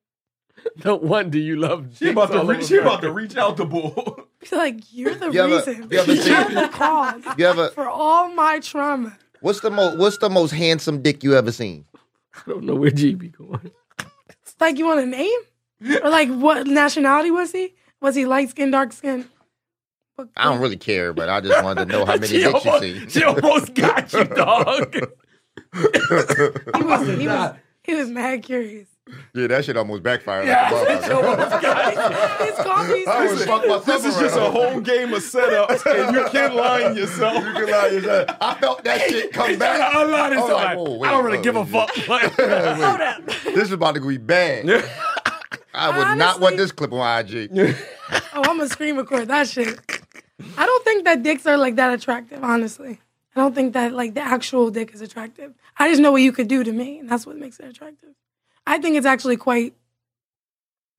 no wonder you love.
She about to re- she about to reach out the bull.
like you're the
You ever-
reason.
you ever
You're
seen-
the cause
You ever
for all my trauma.
What's the most What's the most handsome dick you ever seen?
I don't know where GB going.
It's like you want a name? Or like what nationality was he? Was he light skinned, dark skinned?
I don't really care, but I just wanted to know how many dicks you see.
she almost got you, dog.
He was, he was, he was mad curious.
Yeah, that shit almost backfired.
Yeah,
like a
she almost
motherfucker.
got you.
His coffee's
I almost fucked myself
This is just a
around.
whole game of setups, and you can't line yourself.
You can lie, you lie. I felt that shit come
He's trying
back.
to unload
I'm
himself. Like,
like, whoa,
I
wait,
don't really
whoa,
give a
wait.
fuck. but-
Wait, This is about to be bad. I would not want
Honestly-
this clip on IG.
Oh, I'm gonna screen record that shit. I don't think that dicks are like that attractive, honestly. I don't think that like the actual dick is attractive. I just know what you could do to me, and that's what makes it attractive. I think it's actually quite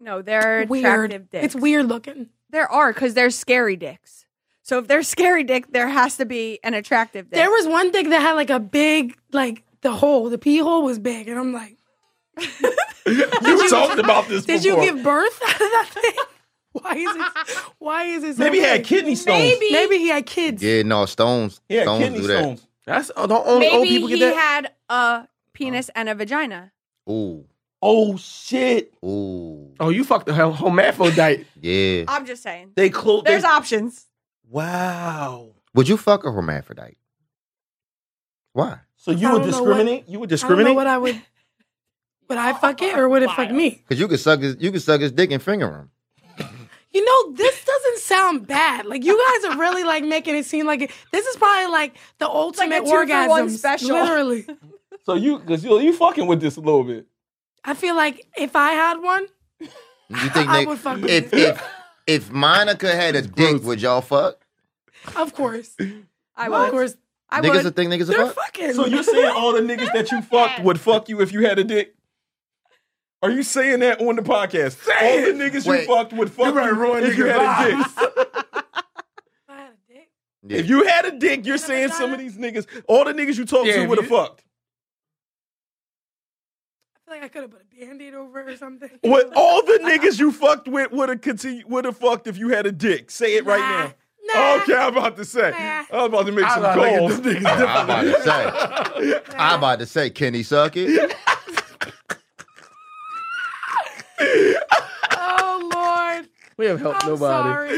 No, they're
weird.
attractive dicks.
It's weird looking.
There are because they're scary dicks. So if there's scary dick, there has to be an attractive dick.
There was one dick that had like a big, like the hole, the pee hole was big, and I'm like,
You talked about this
did
before.
you give birth out of that thing? Why is it? Why is it? So
Maybe he had
big?
kidney stones.
Maybe maybe he had kids.
Yeah, no, stones.
He had
stones
kidney
do that.
stones.
That's oh, don't only old
Maybe
people
he
get that.
had a penis and a vagina.
Ooh.
Oh shit!
Oooo.
oh, you fucked the hell hermaphrodite.
Yeah.
I'm just saying.
They close.
There's options.
wow.
Would you fuck a hermaphrodite? Why?
So you
I
would
don't know
discriminate? you would
I don't know
discriminate?
what I would. Would I fuck it or would it fuck me?
Because you could suck his you could suck his dick and finger him.
You know, this doesn't sound bad. Like you guys are really like making it seem like it, this is probably like the
like a
ultimate
two-for-one
orgasm.
special.
Literally,
So you, because you, you fucking with this a little bit.
I feel like if I had one,
You think
I
they,
would fuck
if
with it.
if if Monica had a dick, would y'all fuck?
of course,
I
of
would.
course,
I
niggas
would.
a thing, niggas a
they're
fuck.
fucking.
So you're saying all the niggas that you fucked would fuck you if you had a dick? Are you saying that on the podcast? all the niggas
Wait.
you fucked would fuck you, if you had a dick.
If I had a dick,
Yeah.
If you had a dick, you're
And a
saying some of
vagina.
these niggas, all the niggas you talked
Yeah,
to
if
would have
you-
fucked.
I feel like I could have put a band-aid over it or something.
What all the niggas you fucked with would have continued would have fucked if you had a dick. Say it right now.
Nah, nah.
Okay, I'm about to say.
Nah.
I'm about to make
I'm
some
about to
calls.
get them niggas
I'm about to say. I'm about to say, can he suck it?
Oh Lord,
We have helped
I'm
nobody.
sorry.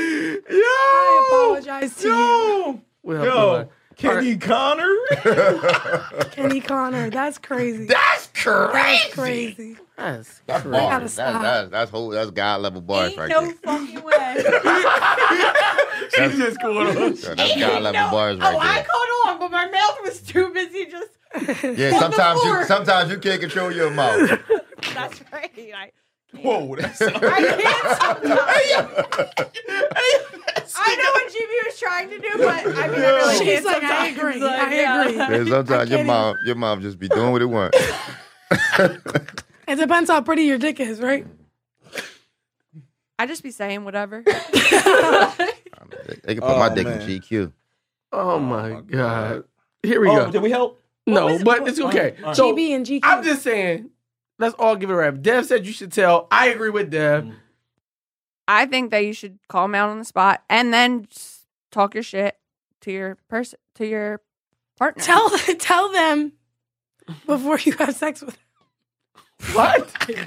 I
Yo,
apologize to
yo,
We helped
yo,
nobody.
Kenny Connor.
you, Kenny Connor. That's crazy.
That's
That's
crazy.
crazy.
That's
That's
crazy.
bars.
gotta
That's,
stop.
that's, that's whole that's god level bars
Ain't
right
no
there.
fucking way.
She's just going on.
Yeah, that's god level
no.
bars
oh, I
right
caught on, but my mouth was too busy. Just
there. Yeah, sometimes you
floor.
sometimes you can't control your mouth.
that's right. I,
Whoa, that's
I can't sometimes. I know what GB was trying to do, but I mean, I really
She's
can't
like, I
sometimes.
agree.
Like,
I
yeah.
agree.
Yeah, sometimes your
even-
mom your mom just be doing what it want.
It depends how pretty your dick is, right?
I just be saying whatever.
They, they can put my
Oh,
dick
man.
in GQ.
Oh my god. Here we
Oh,
go.
did we help?
No, but it's okay. So
GB and GQ.
I'm just saying, let's all give it a wrap. Dev said you should tell. I agree with Dev.
I think that you should call him out on the spot and then s- talk your shit to your person to your partner.
tell tell them before you have sex with. Them.
What?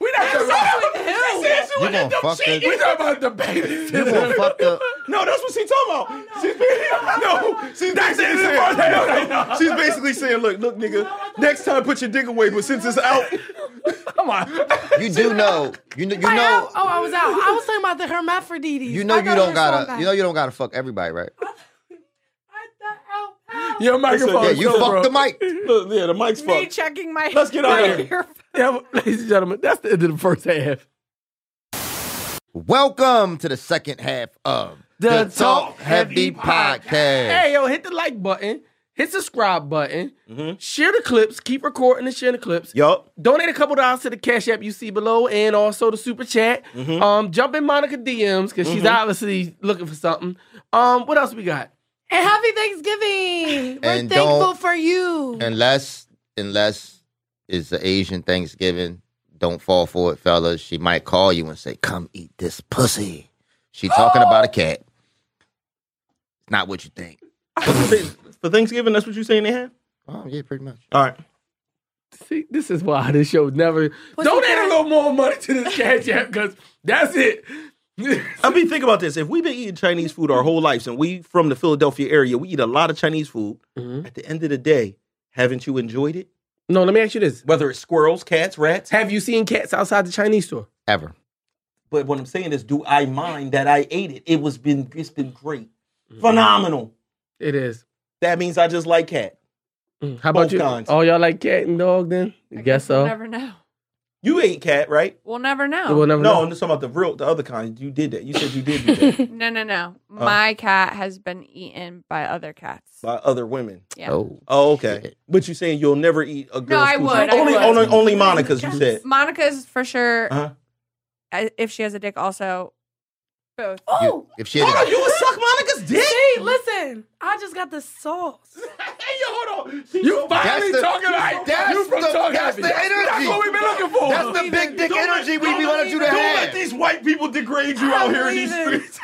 We not talking about
You gonna fuck
We
the
talking about the baby.
you gonna fuck the
No, that's what she's talking about. She's ba- no, she's basically saying, no, no. she's basically saying, look, look, nigga, next time put your dick away, but since it's out,
Come on.
You do know you know you
Wait,
know
oh, oh, I was out. I was talking about the hermaphrodites.
you know
I
you
thought
don't
we were talking
gotta
about-
you know you don't gotta fuck everybody, right?
I thought- ow, ow.
Your microphone.
Oh,
Yeah, you
so
fuck the
broke.
mic.
look, yeah, the mic's
me
fucked.
checking my.
Let's get out of
here.
Yeah, ladies and gentlemen, that's the end of the first half.
Welcome to the second half of
The Talk Heavy
Podcast.
Hey, yo, hit the like button, hit subscribe button, share the clips, keep recording and sharing the clips.
Yup.
Donate a couple dollars to the Cash App you see below and also the Super Chat. Um, jump in Monica DMs because she's obviously looking for something. Um, what else we got?
And happy Thanksgiving. We're
And
thankful
don't-
for you.
Unless unless it's the Asian Thanksgiving, don't fall for it, fellas. She might call you and say, "Come eat this pussy." She talking about a cat. Not what you think.
for Thanksgiving? That's what you're saying they had?
Oh yeah, pretty much.
All right.
See, this is why this show never. don't add a little more money to this cash app because that's it. Mm-hmm.
I mean, think about this. If we've been eating Chinese food our whole lives and we from the Philadelphia area, we eat a lot of Chinese food.
Mhm.
At the end of the day, haven't you enjoyed it?
no, let me ask you this:
Whether it's squirrels, cats, rats.
Have you seen cats outside the Chinese store?
Ever.
But what I'm saying is, do I mind that I ate it? It was been it's been great. Phenomenal.
It is.
That means I just like cat.
Mm, How about
Both
you?
kinds.
Oh, y'all like cat and dog? Then I guess
We'll
so.
never know.
You ate cat, right?
We'll never know.
We'll never
No,
know.
I'm just talking about the real the other kind. You did that. You said you did do that
No, no, no. My cat has been eaten by other cats.
by other women.
Yeah.
Oh.
Oh, okay.
Shit.
But you saying you'll never eat a girl's
I
coochie.
would, I
Only,
would.
only only Monica's you said.
Monica's for sure.
Uh-huh.
I- If she has a dick, also both.
You-
Oh,
if she had
you would suck Monica's dick.
see, listen, I just got the sauce.
You finally
That's the-
talking like
that's
you from
the-
Tongue
that's
Happy.
the energy.
That's what we've been looking for.
That's the big dick energy we be wanting you to
Don't let
have.
these white people degrade you out here in these
leaving.
streets.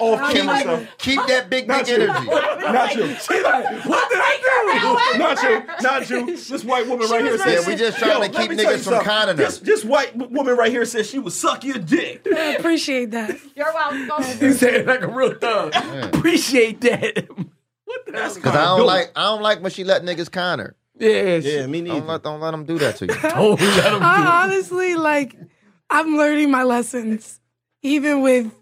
Off camera stuff.
Keep that big dick energy.
Not you. She's like, what did I do? Not you. Not you. This white woman right here
Yeah,
says,
we just trying to
Yo, let
keep
me tell you
niggas from
something.
conning
This,
us.
this white woman right here says she would suck your dick.
I appreciate that.
You're
You
welcome.
said it like a real thug. Appreciate that. what the hell?
Cause I don't like I don't like when she let niggas con her.
Yeah, yeah.
Yeah, me neither.
Don't let don't let them do that to you.
Oh, we let 'em do it.
I honestly like I'm learning my lessons, even with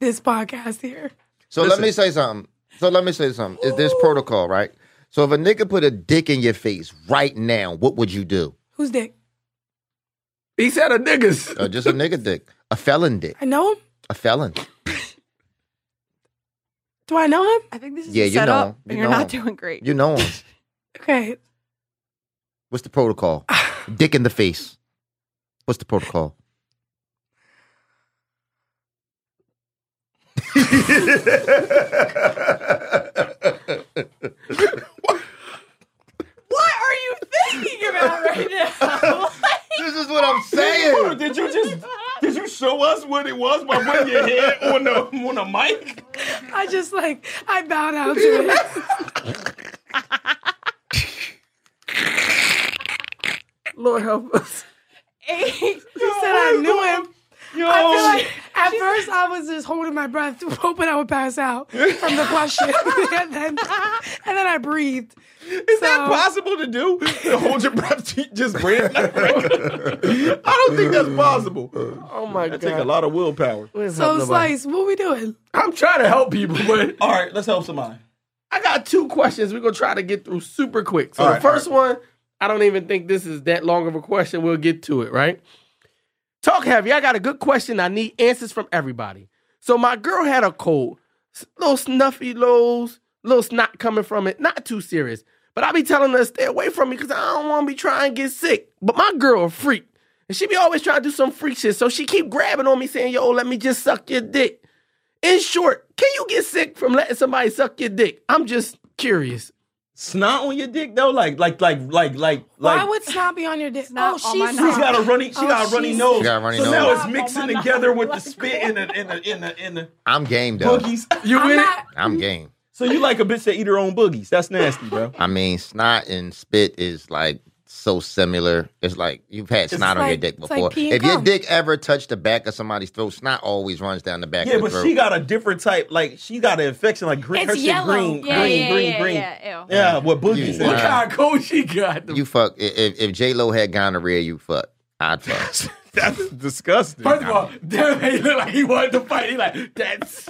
this podcast here.
So let me say something. So let me say something. Is this protocol right? So if a nigga put a dick in your face right now, what would you do?
Who's dick?
He said a niggas.
Uh, just a nigga dick, a felon dick,
I know him.
a felon.
Do I know him?
I think this is
Yeah,
a
you know,
setup, and
you
you're
know.
not doing great.
You know him.
Okay.
What's the protocol? Dick in the face. What's the protocol?
what are you thinking about right now?
This is what I'm saying.
Did you just did you show us what it was by putting your head on the on the mic?
I just like I bowed out to it.
Lord help us.
Eight.
He said I knew him. I feel like at first I was just holding my breath, hoping I would pass out from the question, and then and then I breathed.
Is that
So-
possible to do? To hold your breath, to just breathe like regular. I don't think that's possible.
Oh my
That take a
god.
lot of willpower.
Let's help
So
nobody.
slice, what we doing?
I'm trying to help people, but
All right, let's help somebody.
I got two questions. We're gonna try to get through super quick. So
All
the
right,
first one, I don't even think this is that long of a question. We'll get to it, right? Talk heavy. I got a good question. I need answers from everybody. So my girl had a cold, S- little snuffy lows, little snot coming from it. Not too serious, but I be telling her to stay away from me because I don't want to be trying to get sick. But my girl a freak, and she be always trying to do some freak shit. So she keep grabbing on me, saying, "Yo, let me just suck your dick." In short, can you get sick from letting somebody suck your dick? I'm just curious.
Snot on your dick though, like like like like like
Why
like.
would snot be on your dick?
Snot
oh,
on my
she's
knob.
She's got a runny, she
Oh,
got a runny
she's-
nose.
She got a runny
so
nose.
now it's
Stop,
mixing
Mama.
together with the spit and the and the and the, and the
I'm game though.
boogies.
You
I'm
with it?
not.
I'm game.
So you like a bitch that eat her own boogies? That's nasty, bro.
I mean, snot and spit is like so similar. It's like you've had snot on your
like-
dick
it's like
before.
pee and
if your
cum.
dick ever touched the back of somebody's throat, snot always runs down the back
Yeah,
of the
but
throat.
she got a different type. Like she got an infection, like green,
It's
her shit
yellow.
green,
Yeah,
green,
yeah,
green,
yeah,
green. Yeah,
yeah, ew.
with boogies.
Yeah.
What
Yeah.
kind of cold she got?
you fuck. i- If, if J Lo had gonorrhea, you fuck. I'd fuck.
That's disgusting.
First of all, damn, he looked like he wanted to fight. He like, that's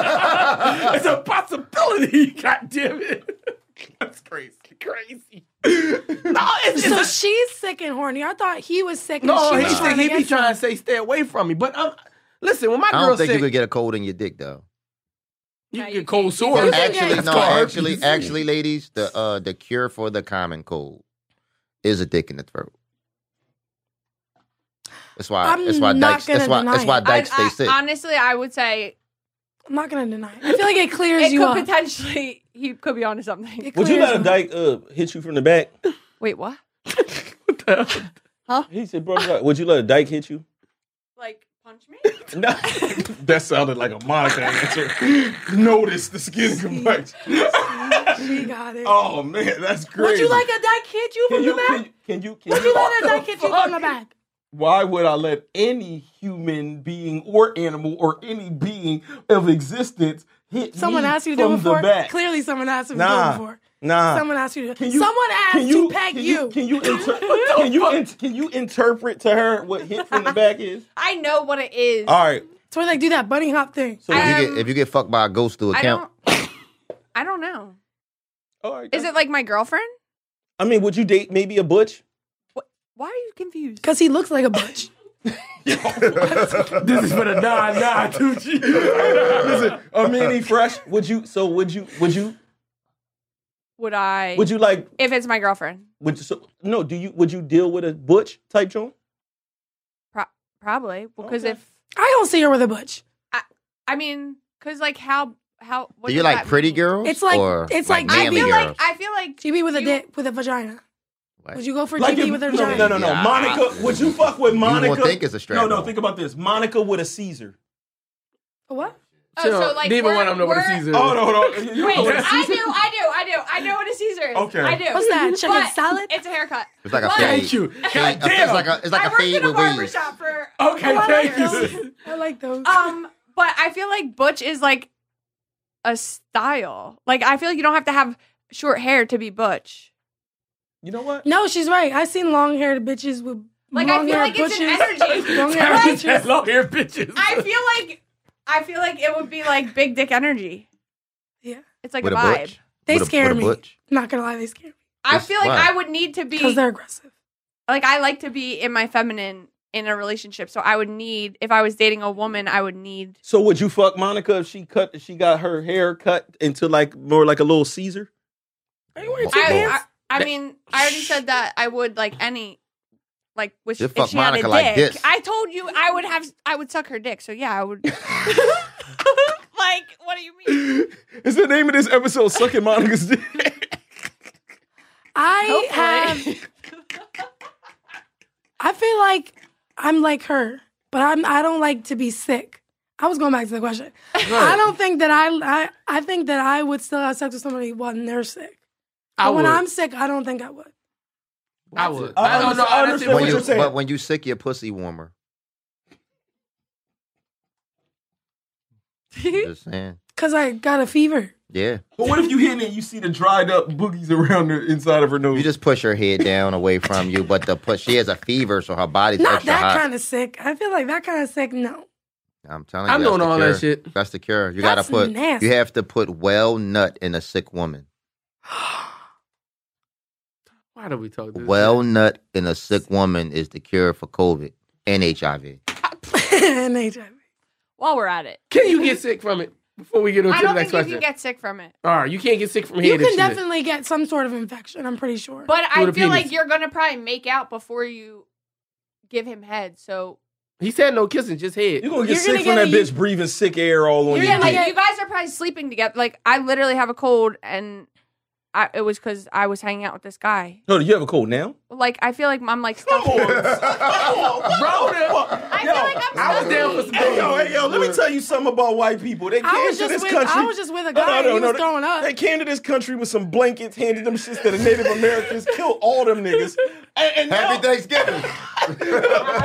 it's a possibility. God damn it. That's crazy. Crazy. No, it's
So
just
she's sick and horny. I thought he was sick. And
No,
she
he,
was
said
trying
he
to
be
get-
trying to say stay away from me. But um, listen, when my
I
girl
don't think
said
you could get a cold in your dick though.
you
No,
can
you
get cold
can't.
sores.
can
Actually,
get-
no.
Scar.
Actually, actually, ladies, the uh the cure for the common cold is a dick in the throat. That's why.
I'm
that's why.
not
Dykes, that's
gonna
why. That's
deny
why
it.
Dykes
I-
stay sick.
I- honestly, I would say
I'm not gonna deny. It. I feel like it clears
it
you
could
up.
potentially he could be onto something.
It
Would you
clears
let a
up.
dyke uh, hit you from the back?
Wait, what?
He said, "Bro, bro, would you let a dyke hit you?"
Like Punch me?
No. that sounded like a Monica answer. Notice the skin complexion.
She got it.
Oh man, that's great.
Would you like a die kid you from
Can
the
you,
back?
can, can you can
Would
you
you let
What
a die
the
kick you
fuck?
on the back?
Why would I let any human being or animal or any being of existence hit
Someone
me
asked you to
from
do it
the
before.
back?
Clearly, someone asked you to do
Nah.
it before.
Nah.
Someone asked you to.
Can you-
someone asked
can you,
to peg
can
you.
Can you inter- can you in- can you interpret to her what hit from the back is?
I know what it is.
All right.
So they like do that bunny hop thing.
So if, you
Um,
get, if you get fucked by a ghost through a
I
camp,
don't. I don't know.
All right.
Is it like my girlfriend?
I mean, would you date maybe a butch?
Why are you confused?
Cause he looks like a bitch.
this is for the nine nine two G.
Listen, a mini fresh. Would you? So would you? Would you?
Would I?
Would you like?
If it's my girlfriend,
Would you, so, no? Do you? Would you deal with a butch type joint?
Pro- probably because
Okay.
if
I don't see her with a butch.
I mean, because like how how what
do you
does
like
that
pretty
mean?
girls?
It's like-
or
it's like-
I
manly
feel
girls.
like I feel like
She be with a
you-
dick with a vagina.
What?
Would you go for
Like
GB
if,
with a
no,
vagina?
no, no, no.
Yeah.
Monica, would you fuck with Monica?
think it's a
No,
strap-on.
no. Think about this. Monica with a Caesar.
A What?
Oh,
Chill.
so like
Neither
we're-
one of them know what a
we're-
Caesar is.
Oh,
Hold on, hold on. You
Wait,
know what a
I
Caesar-
do, I do, I do, I know what a Caesar is.
Okay.
I do.
What's that? Chicken
But
salad?
It's a haircut.
It's like a
But-
fade.
Thank you.
Fade-
God
It's like
damn.
a it's like
I
a
worked
fade
in a
with
barber
waves.
shop for.
Okay, thank you.
I like those.
Um, but I feel like butch is like a style. Like I feel like you don't have to have short hair to be butch.
You know what?
no, she's right. I've seen long haired bitches with
Like I
long
feel
hair
like it's
butches.
an energy.
Long hair
Like,
bitches.
Long hair bitches.
I feel like I feel like it would be like big dick energy.
Yeah.
It's like
With
a
a
vibe.
butch.
They
With a-
scare
with a
me.
butch?
Not gonna lie, they scare me
I
Just
feel like
why?
I would need to be
because they're aggressive.
like I like to be in my feminine in a relationship. So I would need if I was dating a woman, I would need
So would you fuck Monica if she cut? If she got her hair cut into like more like a little Caesar?
Are you wearing
Well,
two
well,
I,
pants?
I, I mean, I already said that I would like any like which
You
if
fuck
she had a
Monica
dick.
like this.
I told you I would have I would suck her dick. So yeah, I would like what do you mean?
Is the name of this episode "Sucking Monica's Dick"?
I have.
Hopefully.
I feel like I'm like her, but I'm. I don't like to be sick. I was going back to the question. I don't think that I, I. I think that I would still have sex with somebody when they're sick.
I
But when
would.
I'm sick, I don't think I would.
I would.
I
I don't know.
understand- I
I
understand
When
what
you,
you're saying.
but when you sick, your pussy warmer.
Hmm?
Just saying.
Cause I got a fever.
Yeah.
But what if you hit it and you see the dried up boogies around the inside of her nose?
You just push her head down away from you, but the push she has a fever, so her body's
Not
extra
that
hot.
kind of sick. I feel like that kind of sick. No,
I'm telling you.
I'm
that's
doing
the
all
cure.
that shit.
That's the cure. You
That's
gotta put
nasty.
you have to put well nut in a sick woman.
Why do we talk this?
Well nut in a sick woman is the cure for COVID and HIV.
and HIV.
While we're at it.
can you get sick from it before we get on
I
to the
don't
next
think
question?
you can get sick from it.
all right, you can't get sick from
You
here.
can definitely get some sort of infection. I'm pretty sure.
But
Through
I feel
the penis.
like you're gonna probably make out before you give him head. So
He said no kissing, just head.
You gonna get
You're
sick
gonna get
from that
a-
bitch breathing sick air all on
You're
you?
yeah,
gonna
like
get-
you guys are probably sleeping together. Like I literally have a cold, and I, it was because I was hanging out with this guy.
No, do you have a cold now?
Like I feel like I'm like stuffy. I feel like I'm
I was
stuffy.
down for some
Hey yo, hey yo, let me tell you something about white people. They
I
came
was
to
just
this
with.
country.
I was just with a
No,
guy.
no,
and
no,
he was
no.
throwing up.
They came to this country with some blankets, handed them shits to the Native Americans, killed all them niggas. And, and now,
Happy Thanksgiving.
and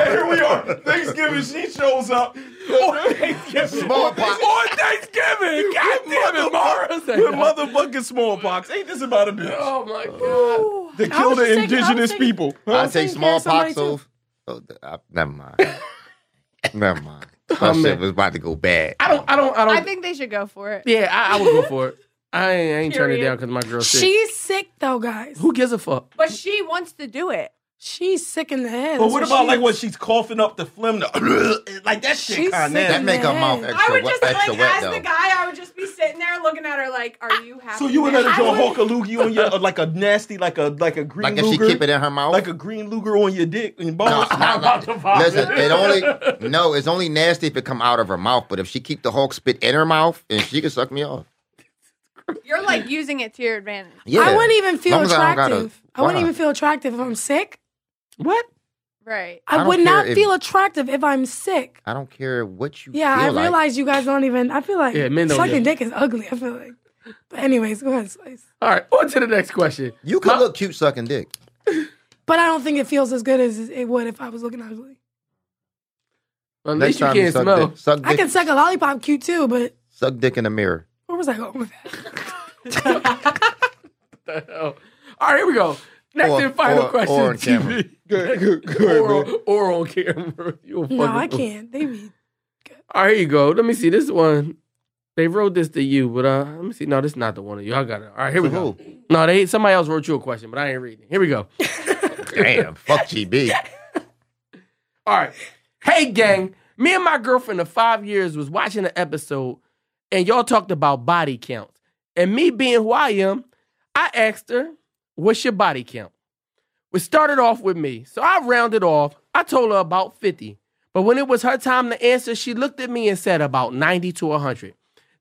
here we are. Thanksgiving, she shows up. On Thanksgiving.
Smallpox.
On Thanksgiving. God damn it, Mara. With motherfucking smallpox. Ain't this about a bitch?
Oh my god.
They
I was
killed the
just thinking- I was
indigenous
thinking-
people.
I
taking
take
care of somebody
smallpox
too.
over. Oh, th- I, never mind. never mind. That
Oh, man.
shit was about to go bad.
I don't. I don't. I don't.
I
Oh.
think they should go for it.
yeah, I, I would go for it. I ain't, I ain't turning it
Period.
down because my girl's sick.
She's sick though, guys.
Who gives a fuck?
But she wants to do it.
She's sick in the head.
But
That's
what about
she
like
is.
when she's coughing up the phlegm? the- like that shit
She's
kind
sick.
of
that make her mouth
I
extra,
I would
wet,
just
extra
like
wet
as
though.
the guy, I would just be sitting there looking at her like, "Are you happy?"
So you would let her
now?"
do a Hulkalugi on your uh, like a nasty like a like a green
like if she
Luger,
keep it in her mouth.
like a green Luger on your dick and your balls.
Listen, it only no, it's only nasty if it come out of her mouth. But if she keep the Hulk spit in her mouth, and she can suck me off.
You're like using it to your advantage.
Yeah,
I wouldn't e- even feel
Long as I don't gotta-
attractive. I, wouldn't
Why?
even feel attractive if I'm sick.
What?
Right.
I
I,
don't
would
care
not
if-
feel attractive if I'm sick.
I don't care what you
Yeah, I
feel
realize
like.
you guys don't even. I feel like
Yeah, men don't
sucking
get-
dick is ugly. I feel like. But anyways, go ahead, slice.
All right, on to the next question.
You could look cute sucking dick.
But I don't think it feels as good as it would if I was looking ugly.
Well, at
Next
least you
time
can't
suck
smell.
dick, suck dick,
I can suck a lollipop cute too, but
suck dick in the mirror.
where was I going with that?
the hell? All right, here we go. Next
Or-
and final
or-
question.
or on
TV.
camera.
or, on- or on camera. You a
No,
fucking
I
fool.
can't. They be
All right, here you go. Let me see this one. They wrote this to you, but uh, let me see. No, this is not the one of you. I got it. All right, here we go. No, they somebody else wrote you a question, but I ain't reading. it. Here we go.
Damn, fuck GB.
All right. Hey, gang. Me and my girlfriend of five years was watching an episode, and y'all talked about body counts. And me being who I am, I asked her, What's your body count? We started off with me. So I rounded off. I told her about 50. But when it was her time to answer, she looked at me and said about 90 to 100.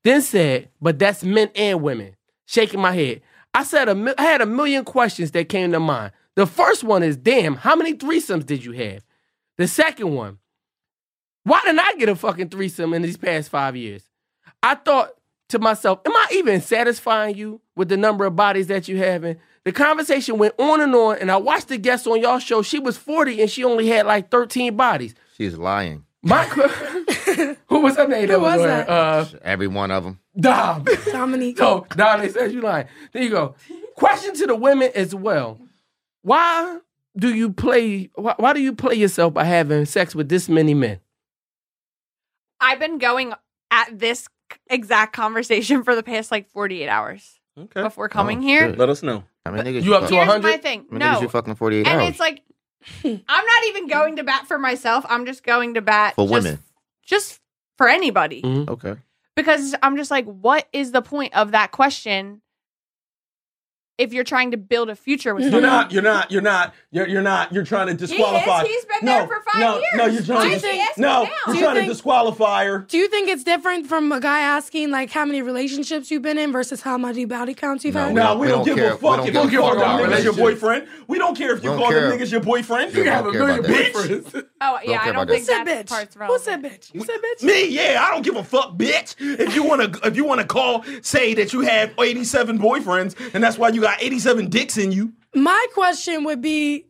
Then said, But that's men and women. Shaking my head. I said, a mil- I had a million questions that came to mind. The first one is, Damn, how many threesomes did you have? The second one, why didn't I get a fucking threesome in these past five years? I thought to myself, am I even satisfying you with the number of bodies that you have? And the conversation went on and on, and I watched the guest on y'all show. She was 40 and she only had like 13 bodies.
She's lying.
My que- who was her name? that
was
on
that?
her? Uh,
Every one of them.
Dom.
Dominique.
So Don, they said you lying. There you go. Question to the women as well. Why do you play? Why, why do you play yourself by having sex with this many men?
I've been going at this exact conversation for the past like 48 hours
Okay.
before coming
Oh,
here.
shit.
Let us know.
I mean, niggas,
You up
fuck-
to
Here's
100?
my thing.
I mean,
no.
niggas, you fucking 48
and
hours.
it's like I'm not even going to bat for myself. I'm just going to bat
For
just-
women.
just for anybody.
Mhm.
okay.
because I'm just like, what is the point of that question if you're trying to build a future with
You're
someone?
not. You're not. You're not. You're, you're not. You're trying to disqualify.
He's been
no,
there for five
no, No,
years.
you're trying
Why
to.
is he
Dis-
asking
no,
now?
you're
Do you
trying
think-
to disqualify her.
Do you think it's different from a guy asking like how many relationships you've been in versus how many body counts you've had?
No.
Nah, we, don't, give a fuck
we
if
don't
you
give a
call
fuck about
them niggas your
relationships.
boyfriend. We don't care if
We
you
don't
call them
care.
niggas your boyfriend.
Yeah.
You have a
care
million
about that.
boyfriends.
Oh yeah,
care
I
about that.
don't think
Who said
that part's
bitch? Who
relevant.
said bitch? Who said bitch?
Me, yeah, I don't give a fuck, bitch. If you wanna, if you wanna call, say that you have eighty-seven boyfriends, and that's why you got eighty-seven dicks in you.
My question would be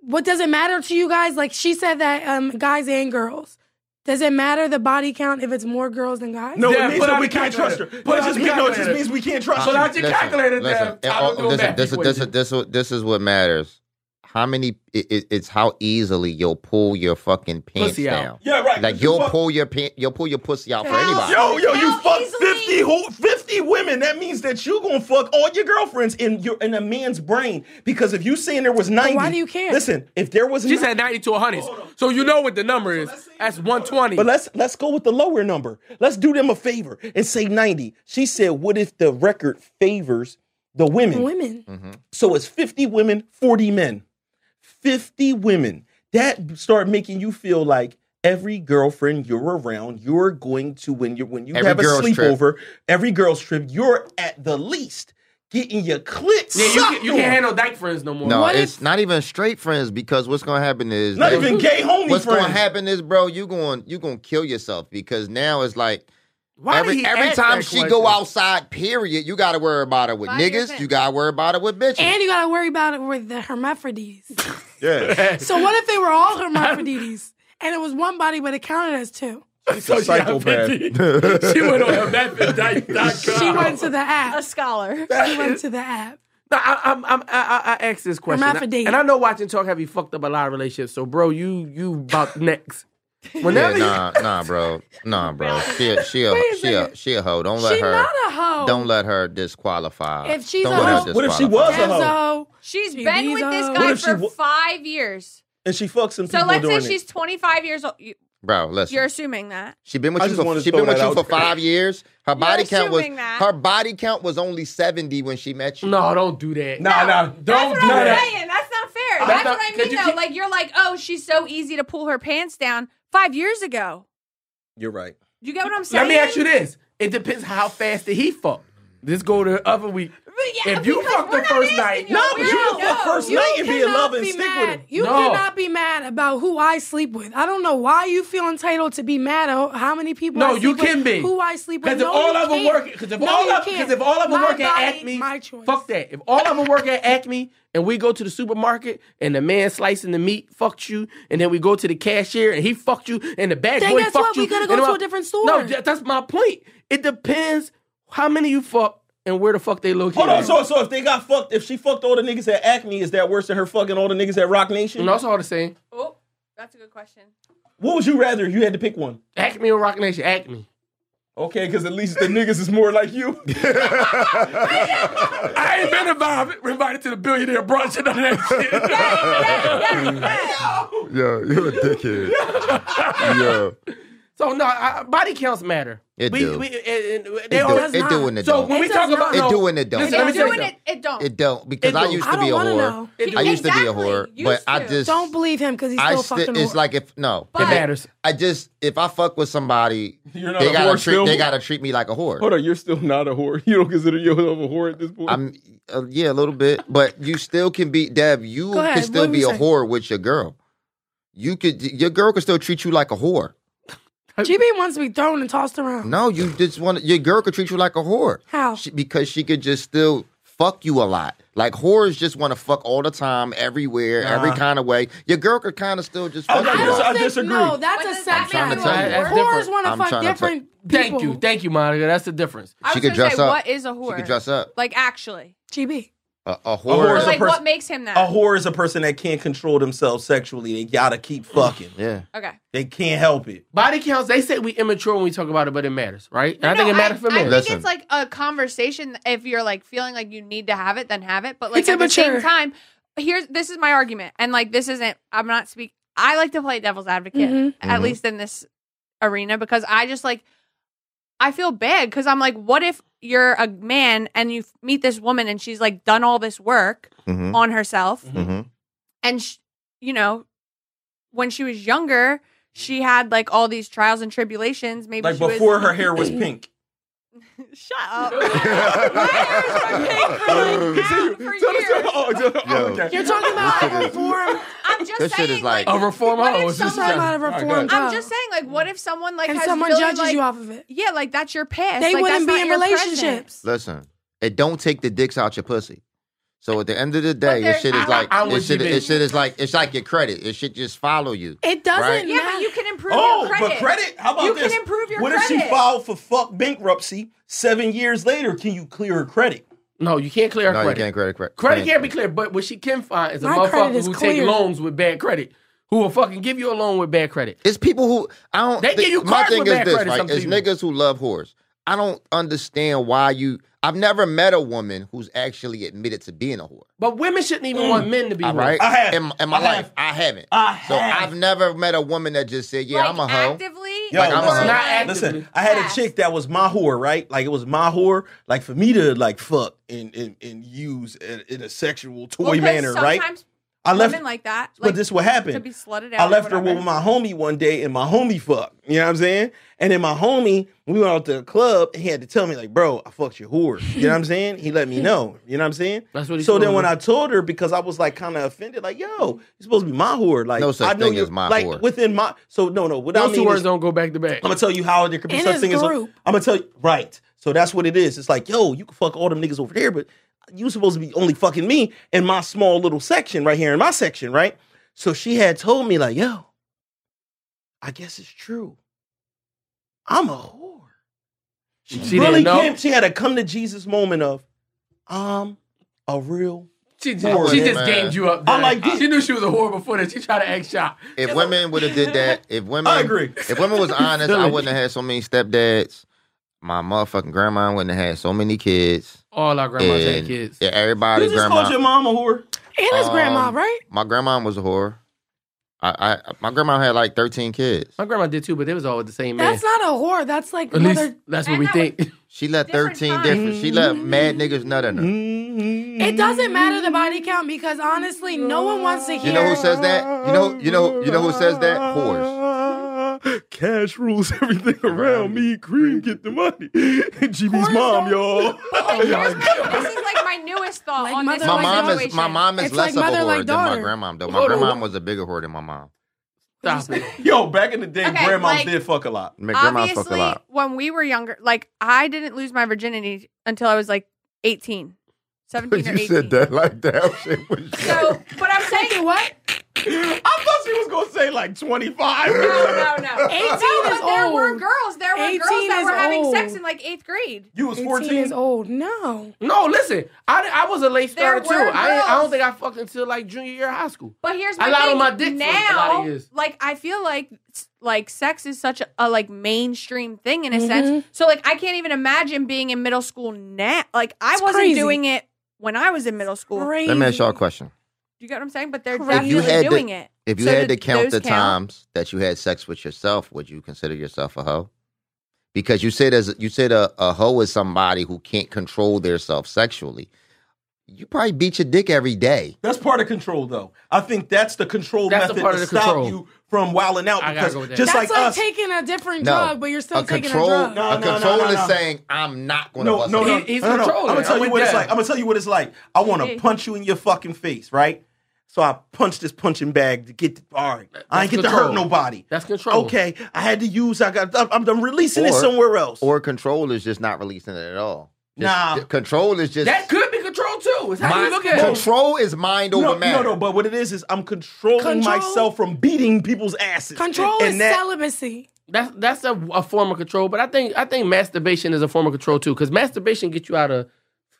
what does it matter to you guys? Like she said that um, guys and girls. Does it matter the body count if it's more girls than guys?
No,
Yeah,
it means
put
that
out
we
the
can't trust her.
calculator. Put
But it
out
just
the
means, no, it just
calculator.
means we can't trust
Put
you.
out your calculator.
listen,
Listen, I don't
oh,
know
listen,
math
this, is- this, is-
equation.
this, is- this is what matters. How many? It, it, it's how easily you'll pull your fucking pants
Pussy out.
down.
Yeah, right.
Like
You
you'll
fuck-
pull your pant, you'll pull your pussy out for
How-
anybody.
Yo, yo, you
How
fuck
easily-
50, who, 50 women. That means that you gonna fuck all your girlfriends in your in a man's brain. Because if you saying there was 90.
why do you care?
Listen, if there was
She
90
said 90 to 100. So you know what the number is. That's 120.
But let's let's go with the lower number. Let's do them a favor and say 90. She said, what if the record favors the women?
Women.
Mm-hmm.
So it's 50 women, 40 men. 50 women. That start making you feel like every girlfriend you're around, you're going to when you when you
Every
have a
girl's
sleepover, every girl's trip, you're at the least getting your clit
yeah, you,
sucked
can, you
on.
can't handle dyke friends no more.
No,
What
it's
if-
not even straight friends because what's gonna happen is
Not
they-
even gay homie
What's
friends.
gonna happen is, bro, you going you gonna kill yourself because now it's like
Why did
every
he
every
ask
time
that
she go
question?
outside, period, you gotta worry about it with
Buy your
niggas.
pants.
You gotta worry about it with bitches.
And you gotta worry about it with the hermaphrodites.
Yeah.
so what if they were all hermaphrodites and it was one body but it counted as two?
so she, got 50. she went on her
She
methoddyke.com.
went to the
A
app.
scholar.
She went to the app.
No, I, I'm, I'm, I, I I asked this question, and I,
Hermaphrodite.
and I know watching talk have you fucked up a lot of relationships. So, bro, you you about next.
yeah,
Whenever you-
nah, nah, bro, nah, bro. She a, she a,
Wait a
she a,
second.
she a hoe. Don't let
She's
her.
not a hoe.
Don't let her disqualify.
If she's
Don't
a
let her
hoe-
What if she
disqualify.
was a hoe?
Enzo,
She's
She
been
needs
with this
a-
guy
What if she
for
wa-
five years.
And she fucks some
So
people
let's say
during
she's
it.
25 years old. You-
Bro, listen.
You're assuming that.
She been with
I
you
just
for
wanted to
she
throw
been with
that
you
out
for
there.
five years. Her body count was
assuming that.
her body count was only seventy when she met you.
no, don't do that.
Nah, nah,
don't
That's
do
what I'm
that.
saying. That's not fair.
That's
That's
not-
what I
could
mean
you
though.
keep-
Like you're like, oh, she's so easy to pull her pants down five years ago.
You're right.
You get what I'm
Let
saying?
me ask you this: It depends how fast did he fuck. Let's go to the other week.
But yeah,
If you
because
fuck
we're
the
not
first
asking
night-
you.
No,
We're
but you
not-
can
no.
fuck first
You
night
cannot
and be in love
be
and stick with
mad.
him.
You
No.
cannot be mad about who I sleep with. I don't know why you feel entitled to be mad at how many people.
No,
I sleep
you
with,
can be.
Who I sleep with.
Because if
No,
all
you
of them
can't.
work, because if
No,
all
you
of
can't.
because if all of them
My
work at
body,
Acme,
my choice.
fuck that. If all of them work at Acme and we go to the supermarket and the man slicing the meat fucked you, and then we go to the cashier and he fucked you, and the bag
Then
boy
guess
fucked
what?
you.
We gotta go
and
to
I'm-
a different store.
No, that- that's my point. It depends how many you fuck and where the fuck they located.
Hold on, so so if they got fucked, if she fucked all the niggas at Acme, is that worse than her fucking all the niggas at Rock Nation?
and that's all the same.
Oh, that's a good question.
What would you rather? if You had to pick one.
Acme or Rock Nation, Acme.
Okay, because at least the niggas is more like you.
I ain't been invited, invited to the billionaire brunch and all that shit.
Yo, you a dickhead. Yo.
so no, I, body counts matter.
It
we,
do.
We, and, and they
It do,
always
does
it do
not.
and it
So
don't.
when we
It
talk
does
about
not.
no,
It do and it don't.
Listen,
It
let me
It's
do
tell you
doing
something.
it. It don't.
It don't because
It
I
do.
used
I
to be a
don't wanna
whore.
know.
It do.
I used to be a
Exactly.
whore,
Used
but I
to.
just
Don't believe him because he's
I
still
still
fucking.
it's
whore.
like if no,
But-
It matters.
I just if I fuck with somebody,
You're not
they
a
gotta
whore
treat
still.
they gotta treat me like a whore.
Hold on, you're still not a whore. You don't consider yourself a whore at this point.
I'm uh, yeah, a little bit, but you still can be Deb. You
Go
can
ahead,
still
what
be
we
a
say?
whore with your girl. You could your girl could still treat you like a whore.
GB wants to be thrown and tossed around.
No, you just want your girl could treat you like a whore.
How?
She, because she could just still fuck you a lot. Like whores just want to fuck all the time, everywhere, every kind of way. Your girl could kind of still just fuck
I
you.
I
a
don't
dis-
lot.
I
think,
disagree.
No, that's
What
a
does
sex
that
mean? I'm trying to tell
act.
you.
Whores want
I'm
to
trying
fuck
to tell-
different people.
Thank you, thank you, Monica. That's the difference.
I was
She could
gonna
dress
say,
up.
What is a whore?
could dress up.
Like actually,
GB.
A, a whore,
whore
or
There's is a
like
person-
what makes him that?
A whore is a person that can't control themselves sexually. They gotta keep fucking.
yeah.
Okay.
They can't help it.
Body counts. They say we immature when we talk about it, but it matters, right? And I
No,
think it matters for
I
men.
think
Listen.
it's like a conversation. If you're like feeling like you need to have it, then have it. But like
It's
at the
immature.
same time, here's this is my argument, and like this isn't. I'm not speak. I like to play devil's advocate,
Mhm.
at
Mhm.
least in this arena, because I just like. I feel bad because I'm like, what if you're a man and you meet this woman and she's like done all this work
Mm-hmm.
on herself,
Mm-hmm.
and sh- you know, when she was younger, she had like all these trials and tribulations. Maybe
Like
she was-
before her hair was pink.
Shut up. My ears were pink for like half- for years.
Oh,
You're talking about
This shit
a
is-
reform.
I'm just
This shit
saying,
is like-
A reform
What if
Oh,
hoe. is
You're
just-
talking about a
Alright,
reform.
good.
I'm
job.
just saying, like, what if someone like
And
has
someone
really,
judges
like,
you off of it.
Yeah, like that's your past.
They
Like,
wouldn't be
that's not
in
your present.
relationships.
Listen, it don't take the dicks out your pussy. So at the end of the day,
there-
this shit is
I-
like
I would
this shit.
give it-
It shit is like it's like your credit. It should just follow you.
It doesn't
Right.
matter.
Yeah, but you can improve
Oh,
your credit.
but credit? How about
You
this?
can improve your
what if she
credit.
filed for fuck bankruptcy? Seven years later, can you clear her credit?
No, you can't clear
No, you
credit.
can't credit credit.
Credit can't be clear, but what she can find is a
My
motherfucker
credit is
who take
clear.
loans with bad credit, who will fucking give you a loan with bad credit.
It's people who I don't.
They
thi-
give you
my
cards
thing
with
is
bad
this,
credit,
right?
some
It's
people.
niggas who love whores. I don't understand why you. I've never met a woman who's actually admitted to being a whore.
But women shouldn't even want men to be
All right,
I have.
in, in my
I have.
life, I haven't.
I
so
have.
I've never met a woman that just said, "Yeah,
like,
I'm a hoe."
Actively,
Yo,
Like, I'm
listen,
a-
Not actively.
listen, I had a
Fast.
chick that was my whore, right? Like it was my whore. Like for me to like fuck and and, and use in, in a sexual toy
Well, 'cause
manner, right?
sometimes
I left,
women like that.
but
like,
this what
to
happened.
be slutted out.
I
or
left her with
whatever.
my homie one day, and my homie fucked. You know what I'm saying? And then my homie, we went out to the club, and he had to tell me like, "Bro, I fucked your whore." You know what I'm saying? He let me know. You know what I'm saying?
That's what he
So
told
then when
me.
I told her, because I was like kind of offended, like, "Yo, you're supposed to be my whore." Like,
No such
I know
thing
you-
as my
like,
whore.
Within my so no no what I
Those
mean
two words
is-
don't go back to back.
I'm gonna tell you how there could be
In
such
his
thing as. I'm
group.
gonna tell you right. So that's what it is. It's like, yo, you can fuck all them niggas over there, but you supposed to be only fucking me in my small little section right here in my section, right? So she had told me like, yo, I guess it's true. I'm a whore. She,
She
really
didn't know?
came. She had a come to Jesus moment of, I'm a real.
She just,
Whore,
she just
man.
gamed you up.
I'm like,
she knew she was a whore before that. She tried to act shot.
If women would have did that, if women,
I agree.
If women was honest, I
Really?
wouldn't have had so many stepdads. My motherfucking grandma wouldn't have had so many kids.
All our grandmas had
and-
kids.
Yeah, everybody's
You just
grandma.
called your mom a whore.
And his grandma,
Um,
right?
my grandma was a whore. I, I my grandma had like thirteen kids.
My grandma did too, but they was all with the same man.
That's not a whore. That's like
At
another.
least that's what
And
we
that
think.
She let
Different
thirteen
times.
different. She let mad niggas nut in
Mm-hmm.
her.
Mm-hmm.
It doesn't matter the body count because honestly, no one wants to hear.
You know who says that? You know you know you know who says that? Whores.
Cash rules everything around me. Cream get the money. GB's mom, y'all.
Like, here's my- this is like my newest thought
Like
on this
My
mother, like
whole
mom is
situation.
my mom is
It's
less
like
of a
mother,
whore
like
than my
daughter.
grandma though. My
Hold on,
grandma was a bigger whore than my mom.
Stop it.
Yo, back in the day,
Okay,
grandmas
like-
did fuck a lot.
My grandma fucked a
Obviously,
lot.
when we were younger, like I didn't lose my virginity until I was like 18, 17 or 18.
like that shit was
So, but I'm
Second,
saying,
what?
I thought she was gonna say like twenty five.
no, no, no.
18
no,
is
but there
old.
were girls. There were
18
girls that
is
were having
old.
sex in like eighth grade.
You was
18
fourteen.
is old. No.
No, listen, I, I was a late starter
There
too.
were
I, ain't- I
girls.
don't think I fucked until like junior year of high school.
But here's
I
my
lied
thing.
on my dick for a lot
now,
of years.
like I feel like like sex is such a, a, like mainstream thing in a
Mm-hmm.
sense. So like I can't even imagine being in middle school now. Like I
It's
wasn't
crazy.
doing it when I was in middle school. Do
Mm-hmm. Crazy.
Let me ask y'all a question.
you get what I'm saying? But they're
Crazy. If you
definitely
had to-
doing it.
If you
So
had
do
to count
those
the
count?
times that you had sex with yourself, would you consider yourself a hoe? Because you said as you said a, a hoe is somebody who can't control themselves sexually. You probably beat your dick every day.
That's part of control, though. I think that's the control
That's the
method
part
to
of the
stop
control.
you from wilding out.
I gotta
Because
go with that.
just
That's like,
like us,
taking a different
No.
drug, but you're still
a
taking
control,
a drug.
No,
a
no, no,
control
no, no.
is saying I'm not going to
no,
bust
no,
a
no,
He- he's
no, no,
controlling.
I'm gonna tell
I'm
you
with
what it's
that.
like. I'm gonna tell you what it's like. I want to
Hey.
punch you in your fucking face, right? So I punched this punching bag to get all right. I ain't
That's
get to hurt
control.
nobody.
That's control.
Okay, I had to use. I got. I'm, I'm releasing it
Or-
somewhere else.
or control is just not releasing it at all. Just-
Nah.
c- control is just
That could be control too. It's how
mind-
you look at it.
control is mind over
no,
matter.
no, no. But what it is is I'm controlling
Control?
myself from beating people's asses.
Control
and
is
that,
celibacy.
That's that's a, a form of control. But I think I think masturbation is a form of control too, because masturbation gets you out of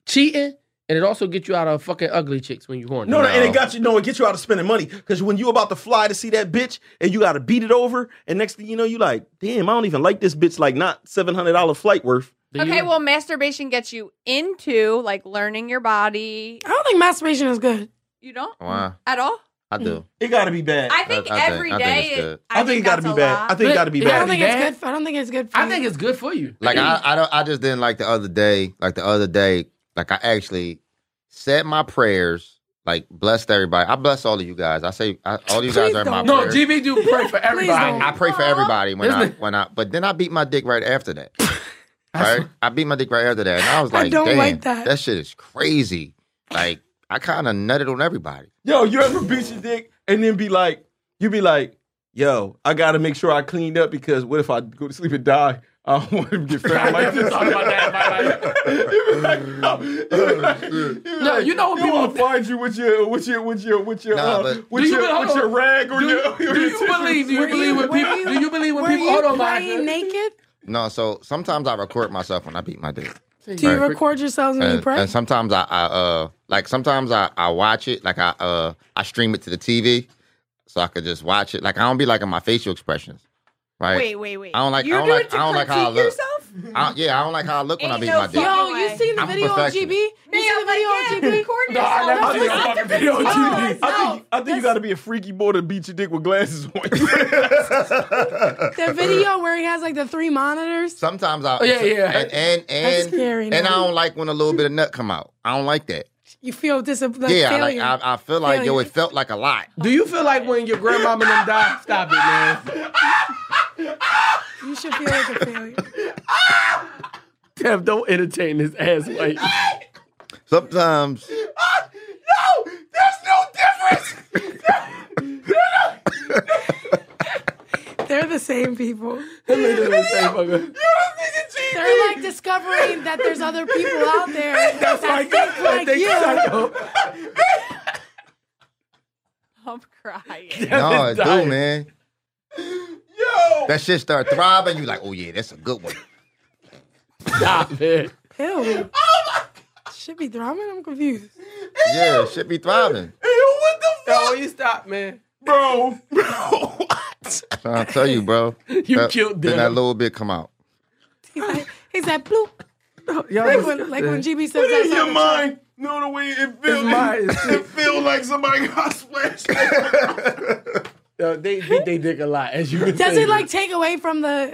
cheating, and it also gets you out of fucking ugly chicks when you're horny.
No, no, and
No.
it got you. No, it gets you out of spending money because when you about to fly to see that bitch and you got to beat it over, and next thing you know, you like, damn, I don't even like this bitch. Like not seven hundred dollar flight worth.
Do
Okay,
you-
well, masturbation gets you into like learning your body.
I don't think masturbation is good.
You don't
Why?
at all.
I do.
It got to be bad.
I think
I- I think-
every
I
day.
think it's good.
I,
it
think,
got to be
that's a
bad.
lot.
I think it got to be
Yeah.
I
bad.
don't think
bad.
it's good. For, I don't think it's good. For
I
you.
think it's good for you.
Like I, I don't, I just didn't like the other day. Like the other day, like I actually said my prayers. Like blessed everybody. I bless all of you guys. I say I, all you guys
Please
are in my
don't.
no,
prayers.
GB do pray for everybody.
don't.
I pray for
Aw.
everybody when I
Isn't it-
when I. But then I beat my dick right after that.
That's-
right? I beat my dick right after that, and I was
I
like,
don't
"Damn,
like that."
shit is crazy." Like I kind of nutted on everybody.
Yo, you ever beat your dick and then be like, you be like, yo, I got to make sure I cleaned up because what if I go to sleep and die? I don't want to get found like this.
Talk about that in my life. Oh,
you be like, yo, you be like, you be
No,
like,
you know what
they
people
wanna
think-
find you with your with your with your with your
Nah,
uh,
but-
with
Do you
your
be- hold
with your
on.
rag or
Do
your,
you,
your
do you
tissue.
believe? Do you believe when
were
people?
you-
do you believe when
Were
people?
you
Hold on,
playing
Monica.
naked?
No, so sometimes I record myself when I beat my dick.
Do you
Right.
record yourselves when you
and,
pray?
and sometimes I, I uh like sometimes I, I watch it like I uh I stream it to the TV so I could just watch it like I don't be liking my facial expressions right
Wait, wait, wait.
I don't like-
You
I don't
do
like-
it to
I don't like how I
critique
look.
Yourself?
I, yeah I don't like how I look when I
Ain't
beat
no
my dick
fuck-
Yo, you
way.
seen the
I'm a
video on
perfectionist.
GB? You
Me,
seen
I'm
the video on
like, yeah,
GB?
recording
No, I never
yourself.
I
I'm
seen
think,
like,
it.
I
I'm
think you
Oh,
I
no.
think, I think you got to be a freaky boy to beat your dick with glasses on.
The video where he has like the three monitors.
sometimes I
Oh, yeah, yeah.
and and
That's
and,
scary,
and I
man.
don't like when a little bit of nut come out I don't like that
You feel disappointed.
yeah I, like,
failure.
I, I feel like yo
Failure.
it felt like a lot
Do you feel like when your grandmama and them die? Stop it, man.
you should feel like a failure.
Dev, don't entertain this ass like.
sometimes
no, there's no difference.
They're the same people.
That's
They're like discovering that there's other people out there that think like you.
I'm crying.
no it do
dying.
man
Yo,
that shit start throbbing you like oh yeah that's a good one
Stop it.
Ew. Should be throbbing. I'm confused.
yeah shit be thriving
yo, what the fuck,
Yo, you stop, man.
bro? Bro, what?
I tell you bro
You
that,
killed
then that
them.
little bit come out
He's like, he's like bloop.
Y'all
Like
just-
when, like when GB says that.
In your mind, no, the way it feels.
mine,
Like,
it's-
it feel like somebody got splashed.
Yo, they beat they dick a lot, as you can
Does
see.
it like take away from the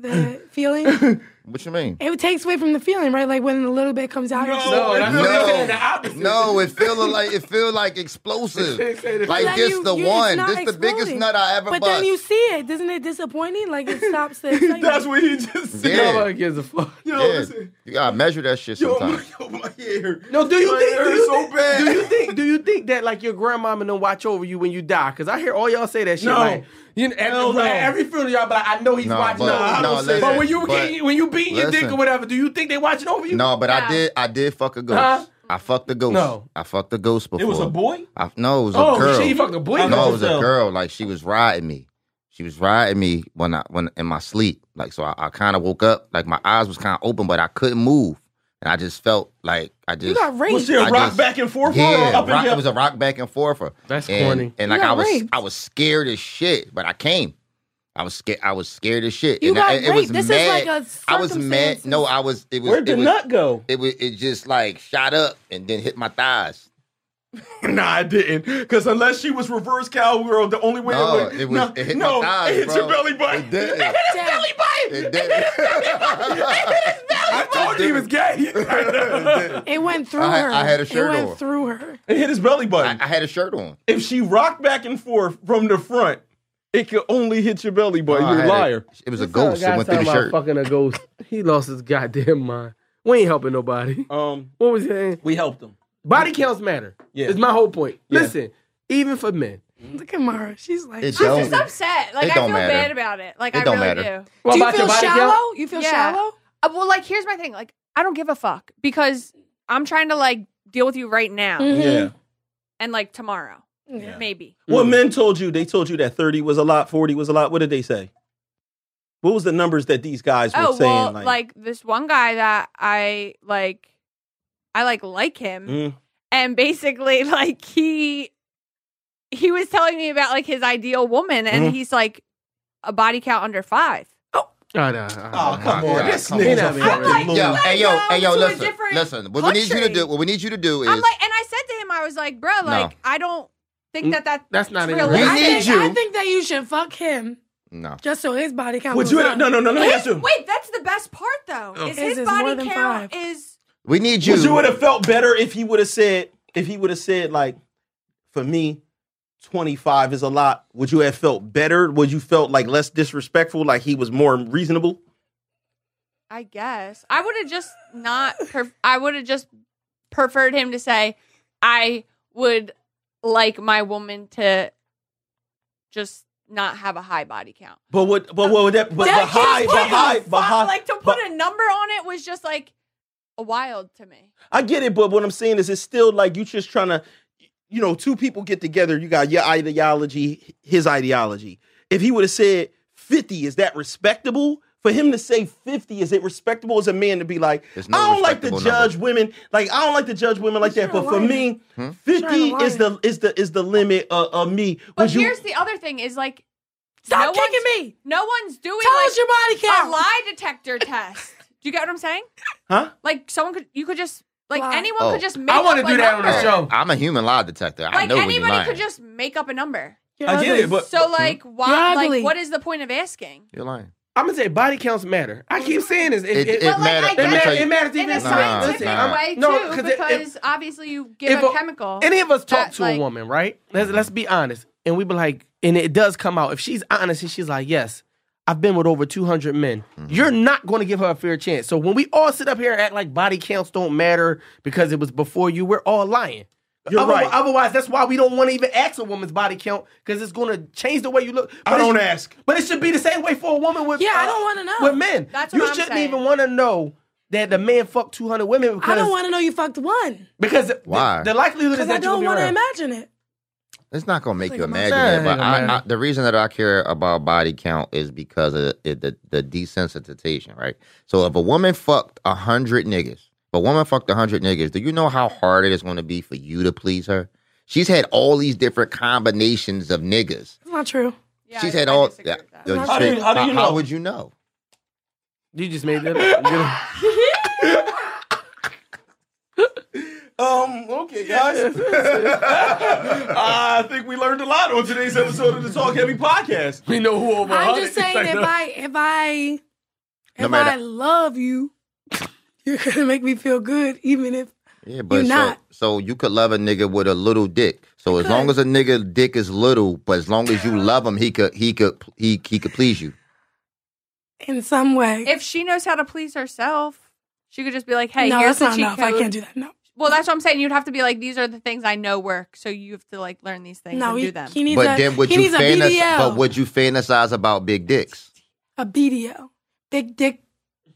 the the feeling?
What you mean?
It takes away from the feeling, right? Like when a little bit comes out. you're just like,
No, that's what
No.
they said. The opposite.
No, it feel like it feel like explosive.
They say the-
Like
Then
this
you-
the
you- it's
one.
not
This the biggest
exploding.
nut I ever
But
bust.
then you see it, isn't it disappointing? Like it stops. The excitement.
That's what he just said.
Yeah.
Nobody gives a fuck.
Yo,
Yeah.
listen.
You gotta measure that shit
Yo,
sometimes.
my, Oh, yo, my ear.
No, do you
My
think?
ear
Do
is
you,
so
think
bad.
do you think? Do you think that like your grandmama don't watch over you when you die? Because I hear all y'all say that shit.
No.
like, you know, at,
Hell no.
at every funeral, y'all be like, I know he's
No,
watching.
but-
over
no,
you.
I don't say
but
that.
when you
But-
when you beating your dick
listen.
or whatever, do you think they watching over you?
No, but I
Yeah.
did. I did fuck a ghost.
Huh?
I fucked a ghost.
No.
I fucked a ghost before.
It was a boy?
I, no, it was a
Oh
girl.
shit, he fucking boy.
no, it was a
Giselle.
girl. Like she was riding me. She was riding me when I when in my sleep. Like so, I, I kind of woke up. Like my eyes was kind of open, but I couldn't move, and I just felt like I just
you got raped.
Was she a
I
rock
just-
back and forth?
yeah,
or up
rock,
and
it was a rock back and forth.
That's
and,
corny.
And
You
like
got
I was,
raped.
I was scared as shit, but I came. I was scared. I was scared as shit.
You
and
got
I, it was
raped. This is
mad.
like a
I was mad.
circumstances.
No, I was. It was.
Where'd the
it was,
nut go?
It was. It just like shot up and then hit my thighs.
nah, I didn't. Because unless she was reverse cowgirl, the only way
No,
it would.
it was-
no,
it hit my
no,
thighs,
it hit
bro.
your belly button.
It didn't.
hit his
Damn.
belly button.
It did.
I told you he was gay.
It went through
I-
her.
I had a
It
shirt
went
on.
through her.
it hit his belly
I,
button.
I had a shirt on.
if she rocked back and forth from the front, it could only hit your belly button.
No, I
You're a
had
liar.
It was a ghost. It
Guy
went through
talking
the
about
shirt.
Fucking a ghost. He lost his goddamn mind. We ain't helping nobody.
Um,
What was it?
we helped him.
Body counts matter.
Yeah.
It's my whole point. Listen, even for men.
Look at Mara. She's like,
It
I'm
don't.
just upset. Like
It
I
don't
feel
matter.
bad about it. Like
It
I
don't
really
matter.
do.
What
do you
about
feel
your body
shallow?
count?
You feel
Yeah.
shallow?
Uh, well, like here's my thing. Like I don't give a fuck because I'm trying to like deal with you right now
Mhm.
and like tomorrow
Yeah.
maybe.
What men told you? They told you that thirty was a lot, forty was a lot. What did they say? What was the numbers that these guys were
Oh
saying?
well, like, this one guy that I like, I like like him,
Mm.
and basically like he he was telling me about like his ideal woman, and he's like a body count under five.
Oh, no,
Oh, come on.
God,
This
come
nigga's
on.
a
I'm
fucking
like,
loser.
Yo,
Let's
hey, yo,
go
hey, yo,
to a
listen,
different
listen. What we need you to
country.
do, what we need you to do is,
I'm like, and I said to him, I was like, bro, like I don't think that that
That's not
it's
even-
realistic.
I
We
think,
need you.
I think that you should fuck him
no,
just so his body count.
Would
goes
you?
up.
No, no, no, no.
His-
Yes, would
wait, that's the best part though. Is
His
his
is more
body
than
count
five.
is
we need you.
you would have felt better if he would have said, if he would have said, like, for me, twenty five is a lot. Would you have felt better? Would you felt like less disrespectful? Like he was more reasonable?
I guess I would have just not. Per- I would have just preferred him to say, "I would like my woman to just not have a high body count."
But what? But what would that? But
That
the
just
high, the
wasn't
high,
fu-
the high.
Like to put a number on it was just like wild to me.
I get it, but what I'm saying is, it's still like you just trying to, you know, two people get together. You got your ideology, his ideology. If he would have said 50, is that respectable? For him to say 50, is it respectable as a man to be like,
There's no
I don't like to
respectable
judge women. Like I don't like to judge women like
You're
that. But for
lying.
me,
Hmm?
50
You're lying.
is the is the is the limit of, of me.
But
Would you-
here's the other thing: is like
Stop
No one's-
kicking me.
no one's doing
Tell
like,
us your body
a
count.
lie detector test. Do you get what I'm saying?
Huh?
Like someone could, you could just like
Lie.
anyone
Oh.
could just make.
I
want to
do that on the show.
I'm a human lie detector. I
Like
know when you're
anybody
lying.
could just make up a number.
You're
I get
ugly.
it, but
So like why?
You're ugly.
Like what is the point of asking?
You're lying.
I'm gonna say body counts matter. I keep saying this. It,
It,
it-
it,
But, like,
matter-
I
it
let
get
me
matter-
tell
it
you-
matters
In
even
a
Nah,
scientific
nah.
way
No,
too,
'cause it-
because obviously you give
if
a
a-
chemical.
any of us talk
that,
to
like-
a woman, right? Let's let's be honest, and we be like, and it does come out. If she's honest and she's like, yes, I've been with over two hundred men.
Mm-hmm.
You're not going to give her a fair chance. So when we all sit up here and act like body counts don't matter because it was before you, we're all lying.
You're
Otherwi-
right.
Otherwise, that's why we don't want to even ask a woman's body count because it's going to change the way you look. But
I
it
don't
should-
ask.
But it should be the same way for a woman with uh,
Yeah, I don't wanna know.
with men.
That's
you
what I'm
shouldn't
saying.
even want to know that the man fucked two hundred women because
I don't want to know you fucked one
because the-
Why?
The, likelihood is
because
that
I don't
want to
imagine it.
It's not gonna make
Like
you
a
imagine
monster.
that, but
Yeah, it ain't
I,
gonna
I, the reason that I care about body count is because of it, the the desensitization, right? So if a woman fucked a hundred niggas, if a woman fucked a hundred niggas, do you know how hard it is going to be for you to please her? She's had all these different combinations of niggas.
It's not true.
Yeah,
She's
I-
had
I
all.
disagree with that.
Yo,
How
straight-
do you- how do you know?
would you know?
You just made that up. You know?
Um, okay, guys. I think we learned a lot on today's episode of the Talk Heavy Podcast.
we know who over
I'm
100
just saying if I if I If
matter-
I love you, you're gonna make me feel good, even if
Yeah, but
You're
so,
not.
so you could love a nigga with a little dick. So as long as a nigga dick is little, but as long as you love him, he could he could he he could please you.
in some way.
If she knows how to please herself, she could just be like, "Hey,
no,
here's
that's
the
not enough.
cheat code."
I can't do that. No,
Well, that's what I'm saying. You'd have to be like, "These are the things I know work," so you have to like learn these things
no,
and
he,
do them.
he needs
but
a,
then would
he
you
needs a
fantas-
BDL,
But would you fantasize about big dicks?
a BDL, big dick.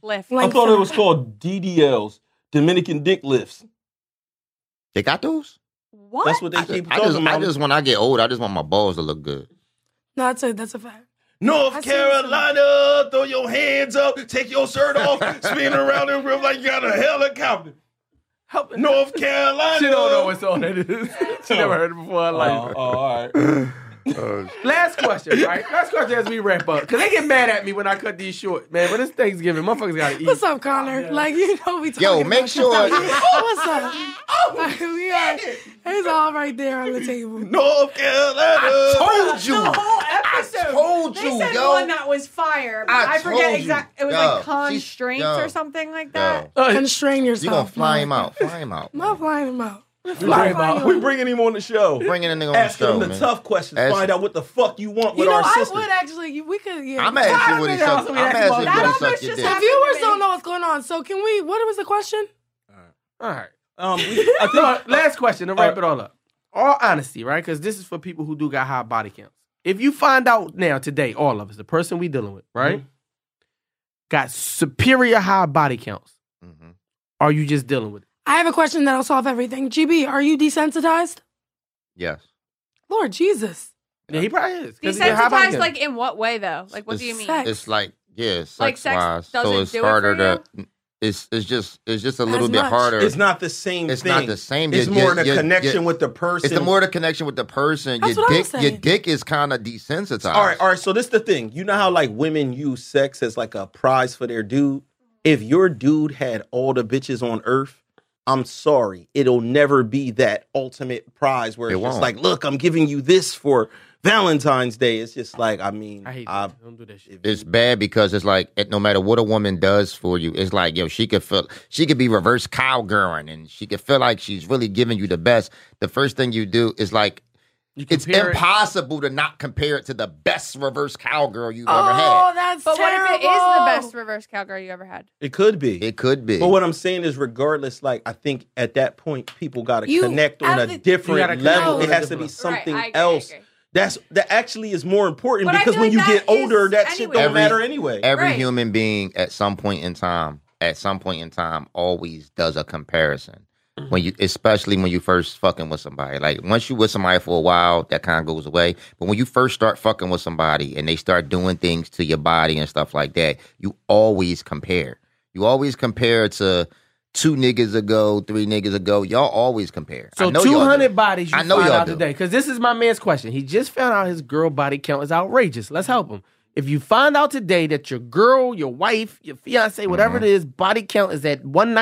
Lift.
Like-
I thought it was called DDLs, Dominican dick lifts.
They got those.
Oh,
what?
That's what they
I just,
keep
I
talking
just,
about.
I just when I get old, I just want my balls to look good.
No, that's a that's a fact. I
North
seen some-
Carolina, throw your hands up, take your shirt off, spin around the room like you got a helicopter. North Carolina.
She don't know what song that is. she never heard it before in her
Oh,
life.
oh, all right.
Last question, right? Last question as we wrap up. Because they get mad at me when I cut these short, man. But it's Thanksgiving. Motherfuckers got to eat.
What's up, Connor? Like you know we talking
Yo,
about
make
this.
sure-
What's up?
Oh,
Like, we are. It's all right there on the table.
North Carolina.
Told you.
whole episode.
I told
They
you,
said
yo.
one that was fire. but
I
I,
told
forget
you.
exactly. It was
Yo,
like
Constraints
she's-
or
yo,
something like
yo.
that.
Uh,
Constrain yourself.
You gonna fly him out? Fly him out.
Not flying him out.
Fly about.
We bringing him on the show.
Bringing a nigga on the
Ask
show,
him the
man.
tough questions.
Ask-
Find out what the fuck you want
You
with
know,
our
I
sister.
would actually. you- We could. Yeah.
I'm asking you when he
Five
sucks.
minutes
I'm
we ask
asking you
about
when he
that.
sucks your
That almost
dick.
just
The viewers don't know what's going on. So can we? What was the question?
All right.
Um, we- I think-
No, last question to wrap
uh,
it all up. All honesty, right? Because this is for people who do got high body counts. If you find out now today, all of us, the person we dealing with, right, got superior high body counts,
Mhm.
are you just dealing with it?
I have a question that'll solve everything. GB, are you desensitized?
Yes.
Lord Jesus.
Yeah, he probably is. 'cause he got high body
Desensitized,
count.
like in what way though? Like, what do you mean?
Sex.
It's like yeah, sex,
Like, sex
wise. So
doesn't
it's
do it for
harder to. It's it's just it's just a little
As
bit
much.
harder.
it's not the same
It's
thing.
not the same.
It's
You-
more
you-
in a
you- you-
connection with the person.
It's the more the connection with the person.
That's
your
what I
dick,
was
your
saying.
dick is kind of desensitized.
All right, all right. So this is the thing. You know how like women use sex as like a prize for their dude. If your dude had all the bitches on earth, I'm sorry, it'll never be that ultimate prize where
It
it's just
won't.
like, look, I'm giving you this for Valentine's Day. It's just like, I mean,
I hate
I-
that. Don't do that shit.
It's bad because it's like it, no matter what a woman does for you, it's like yo, she could feel she could be reverse cowgirling and she could feel like she's really giving you the best. The first thing you do is like
You
it's
compare it-
impossible to not compare it to the best reverse cowgirl you've ever
Oh,
had.
that's
But
terrible.
what if it is the best reverse cowgirl you ever had?
it could be.
It could be.
but what I'm saying is, regardless, like I think at that point, people got to
You-
connect on
I
a
think-
You gotta
different
connect
level.
on a
It has to
different
be
level.
something
Right, I agree, I
else.
agree.
That's that actually is more important
But I
because
feel
when you
like
get
that is
older, that shit
anyway.
don't
Every-
matter anyway.
Every
Right.
human being at some point in time, at some point in time, always does a comparison.
Mm-hmm.
When you, especially when you first fucking with somebody, like once you with somebody for a while, that kind of goes away. But when you first start fucking with somebody and they start doing things to your body and stuff like that, you always compare. You always compare to two niggas ago, three niggas ago. Y'all always compare. I
So
know
two
y'all do.
hundred bodies you
I know
found
y'all
out
do.
today. Because this is my man's question. He just found out his girl body count is outrageous. Let's help him. If you find out today that your girl, your wife, your fiance, whatever it is, body count is at one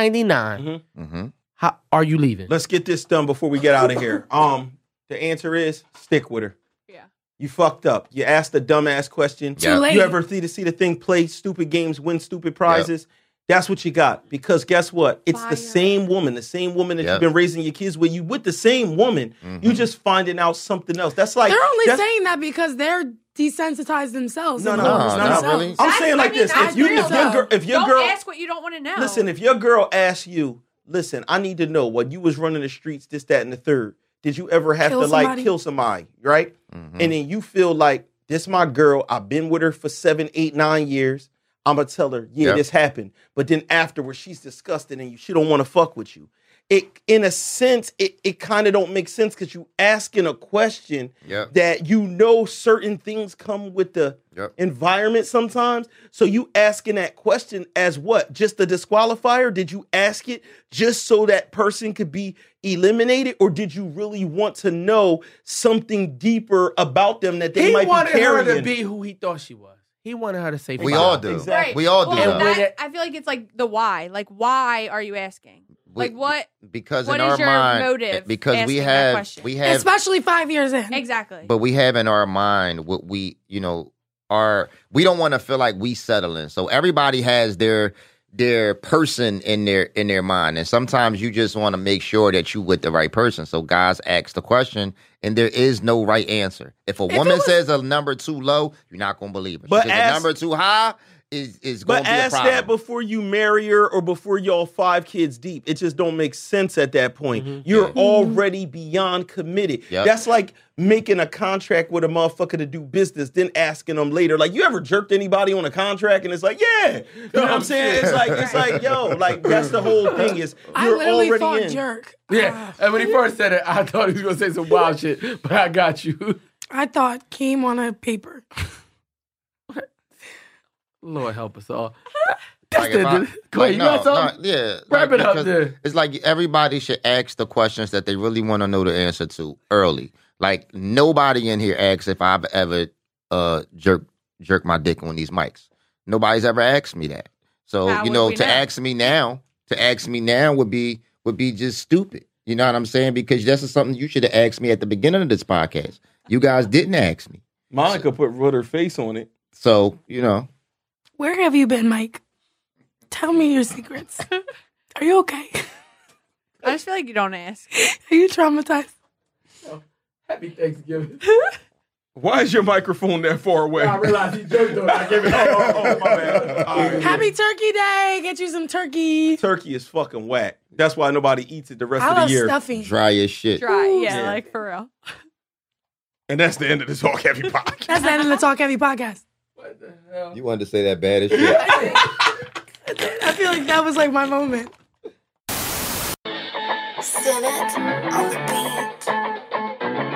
Mhm.
how are you leaving?
Let's get this done before we get out of here. Um, the answer is stick with her.
Yeah.
You fucked up. You asked the dumbass question.
Yeah.
Too late.
You ever see the see the thing play stupid games, win stupid prizes? That's what you got. Because guess what? It's
Fire.
the same woman, the same woman that
Yep.
you've been raising your kids with. You with the same woman.
mm-hmm,
You just finding out something else. That's like
They're only
that's-
saying that because they're desensitized themselves.
No,
and
no,
honest
no,
with
not
themselves.
really.
I'm
That's-
saying
I
like
mean,
this.
that's
If you
real,
if your
though.
girl if your
don't
girl
ask what you don't want to know.
Listen, if your girl asks you, listen, I need to know what you was running the streets, this, that, and the third. Did you ever have
Kill
to like
somebody?
kill somebody, right?
mm-hmm. Mm.
And then you feel like this my girl. I've been with her for seven, eight, nine years. I'ma tell her, yeah,
Yep.
this happened. But then afterwards, she's disgusted and you she don't want to fuck with you. It in a sense, it, it kind of don't make sense because you asking a question
Yep.
that you know certain things come with the
Yep.
environment sometimes. So you asking that question as what? Just a disqualifier? Did you ask it just so that person could be eliminated, or did you really want to know something deeper about them that they
he
might
wanted
be carrying?
her to be who he thought she was. He wanted her to say
We
fuck.
all do.
Exactly.
Right.
We all do.
Well,
that.
And
that- I feel like it's like the why. Like, why are you asking?
We-
Like, what?
because
What
in
is
our
your
mind
motive
because we
asking that
have
question?
we have
Especially five Oh, years in.
Exactly.
but we have in our mind what we you know are we don't want to feel like we settling. So everybody has their their person in their in their mind, and sometimes you just want to make sure that you with the right person. So guys, ask the question, and there is no right answer. If a woman
was-
says a number too low, you're not gonna believe her. She
But
says a
ask-
number too high is is gonna
But
be a
ask
problem.
that before you marry her or before y'all five kids deep. It just don't make sense at that point.
Mm-hmm.
You're already beyond committed.
Yep.
That's like making a contract with a motherfucker to do business, then asking them later. Like you ever jerked anybody on a contract and it's like, yeah. You know what I'm saying? It's like it's like, yo, like that's the whole thing is
I
you're
literally
already
thought
in.
jerk. Ah,
Yeah, and when he first said it, I thought he was gonna say some wild shit, but I got you.
I thought came on a paper.
Lord help us all. That's
Like,
the
if I-
end of it. Go ahead, you got
like,
something?
no, yeah.
Wrap it up
because
there.
It's like everybody should ask the questions that they really want to know the answer to early. Like nobody in here asks if I've ever uh jerk jerk my dick on these mics. Nobody's ever asked me that. So,
How
you
would
know,
we
to
know?
ask me now, to ask me now would be would be just stupid. You know what I'm saying? Because this is something you should have asked me at the beginning of this podcast. You guys didn't ask me.
Monica put her face on it.
So, you know,
Where have you been, Mike? Tell me your secrets. Are you okay?
I just feel like you don't ask.
Are you traumatized?
Happy Thanksgiving.
Why is your microphone that far away?
I realized he joked on it. I gave it
oh, oh, my bad. All right.
Happy Turkey Day. Get you some turkey.
Turkey is fucking whack. That's why nobody eats it the rest
I
of
love
the year.
stuffing.
dry as shit.
Dry,
Ooh.
yeah, like for real.
And that's the end of this Hawk Heavy podcast.
That's the end of the Talk Heavy podcast.
You wanted to say that bad as shit.
I feel like that was like my moment.
Senate on the beat.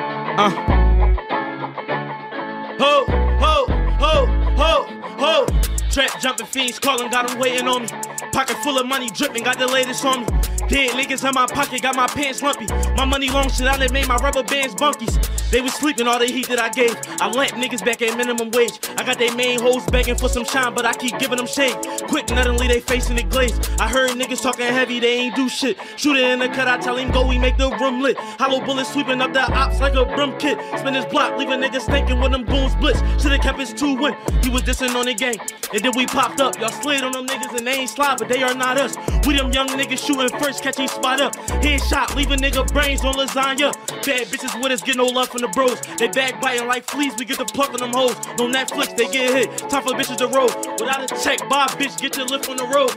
Ho, ho, ho, ho, ho. Trap jumping fiends calling, got 'em waiting on me. Pocket full of money dripping, got the latest on me. Dead niggas in my pocket, got my pants lumpy. My money long shit, I done made my rubber bands bunkies. They was sleeping all the heat that I gave. I lamp niggas back at minimum wage. I got they main hoes begging for some shine, but I keep giving them shade. Quick, suddenly they facing the glaze. I heard niggas talking heavy, they ain't do shit. Shoot it in the cut, I tell him go, we make the room lit. Hollow bullets sweeping up the ops like a broom kit. Spin his block, leaving niggas thinking when them goons blitz. Should've kept his 2 win. He was dissing on the game. And then we popped up. Y'all slid on them niggas and they ain't slide, but they are not us. We them young niggas shooting first, catching spot up. Headshot, leaving nigga brains on lasagna. Bad bitches with us, get no love from the bros. They backbiting like fleas, we get the pluck on them hoes. No Netflix, they get hit. Time for bitches to roll. Without a check, buy a bitch, get your lift on the road.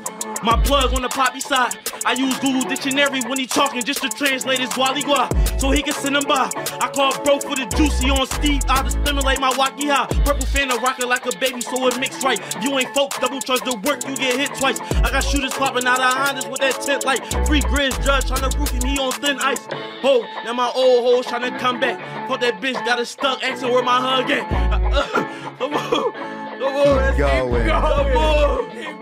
My plug on the poppy side. I use Google Dictionary when he talking just to translate his waligua so he can send him by. I call bro for the juicy on Steve. I just stimulate my wacky high. Purple fan of rocket like a baby, so it mix right. You ain't folk, double charge the work, you get hit twice. I got shooters popping out of Hondas with that tent like free grizz judge trying to roof him, he on thin ice. Ho, now my old hoes trying to come back. Fuck that bitch, got a stuck asking where my hug at. Come on, come on, let's keep
Going.
Come on,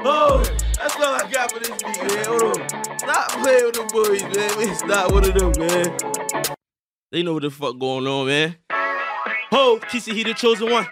oh, that's all I got for this beat, man. Hold on. Stop playing with the boys, man. We stop with them, man. They know what the fuck going on, man. Ho, TC, he the chosen one.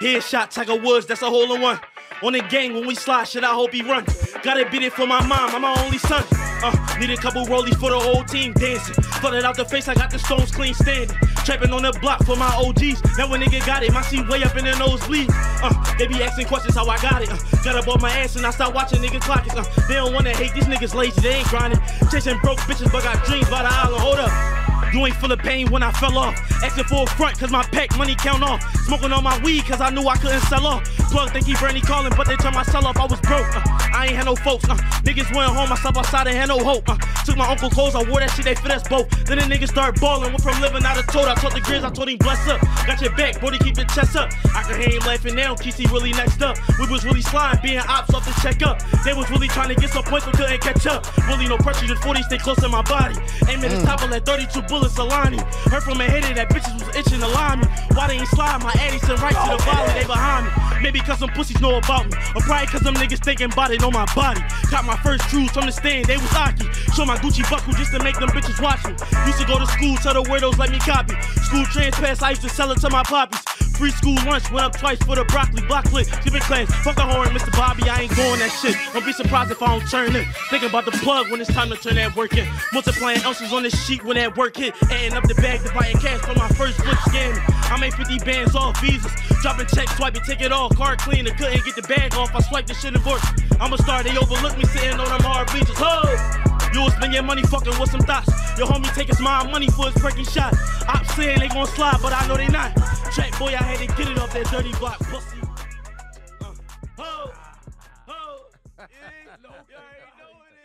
Headshot, Tiger Woods, that's a hole in one. On the gang, when we slide, shit, I hope he run. Gotta beat it for my mom, I'm my only son. Uh, need a couple rollies for the whole team dancing. Flooded out the face, I got the stones clean standing. Trapping on the block for my OGs. Now when nigga got it, my seat way up in the nosebleed. Uh, they be asking questions how I got it. Uh, got up on my ass and I start watching niggas clock it. Uh, they don't wanna hate these niggas lazy, they ain't grinding. Chasing broke bitches, but got dreams by the island. Hold up. You ain't full of pain when I fell off. Asking for a front, cause my pack money count off. Smoking on my weed, cause I knew I couldn't sell off. Plug, thank you for any calling, but they turned my cell off. I was broke. uh, I ain't had no folks. Uh, niggas went home, I slept outside and had no hope. Uh, took my uncle's clothes, I wore that shit, they fit us both. Then the niggas start balling, went from living out of tote. I told the grizz, I told him, bless up. Got your back, Brody, keep your chest up. I can hear him laughing now, Kesey really next up. We was really slime, being ops off the check up. They was really trying to get some points, but couldn't catch up. Really no pressure, just 40 stay close to my body. Aiming the top of that 32 bullets Alani. Heard from a hater that bitches was itching to line me. Why they ain't slide? My Addy sent right to the volley, they behind me. Maybe cause some pussies know about me. Or probably cause them niggas thinking about it on my body. Caught my first truths from the stand, they was hockey. Show my Gucci buckle just to make them bitches watch me. Used to go to school, tell the weirdos let me copy. School transpass, I used to sell it to my poppies. Free school lunch, went up twice for the broccoli block lit. Gym class, fuck a horn, Mr. Bobby, I ain't going that shit. Don't be surprised if I don't turn in. Thinking about the plug when it's time to turn that work in. Multiplying ounces on this sheet when that work hit. Adding up the bag to buying cash for my first flip scamming. I made 50 bands off visas. Dropping checks, swiping, take it all. Car cleaner, couldn't get the bag off. I swiped the shit and worked. I'm a star, they overlook me sitting on them hard bleachers. Ho! You will spend your money fucking with some thoughts. Your homie taking my money for his perky shot. I'm saying they gon' slide, but I know they not. Track boy, I had to get it off that dirty block, pussy. Uh, ho, ho. Yeah, no, you already know what it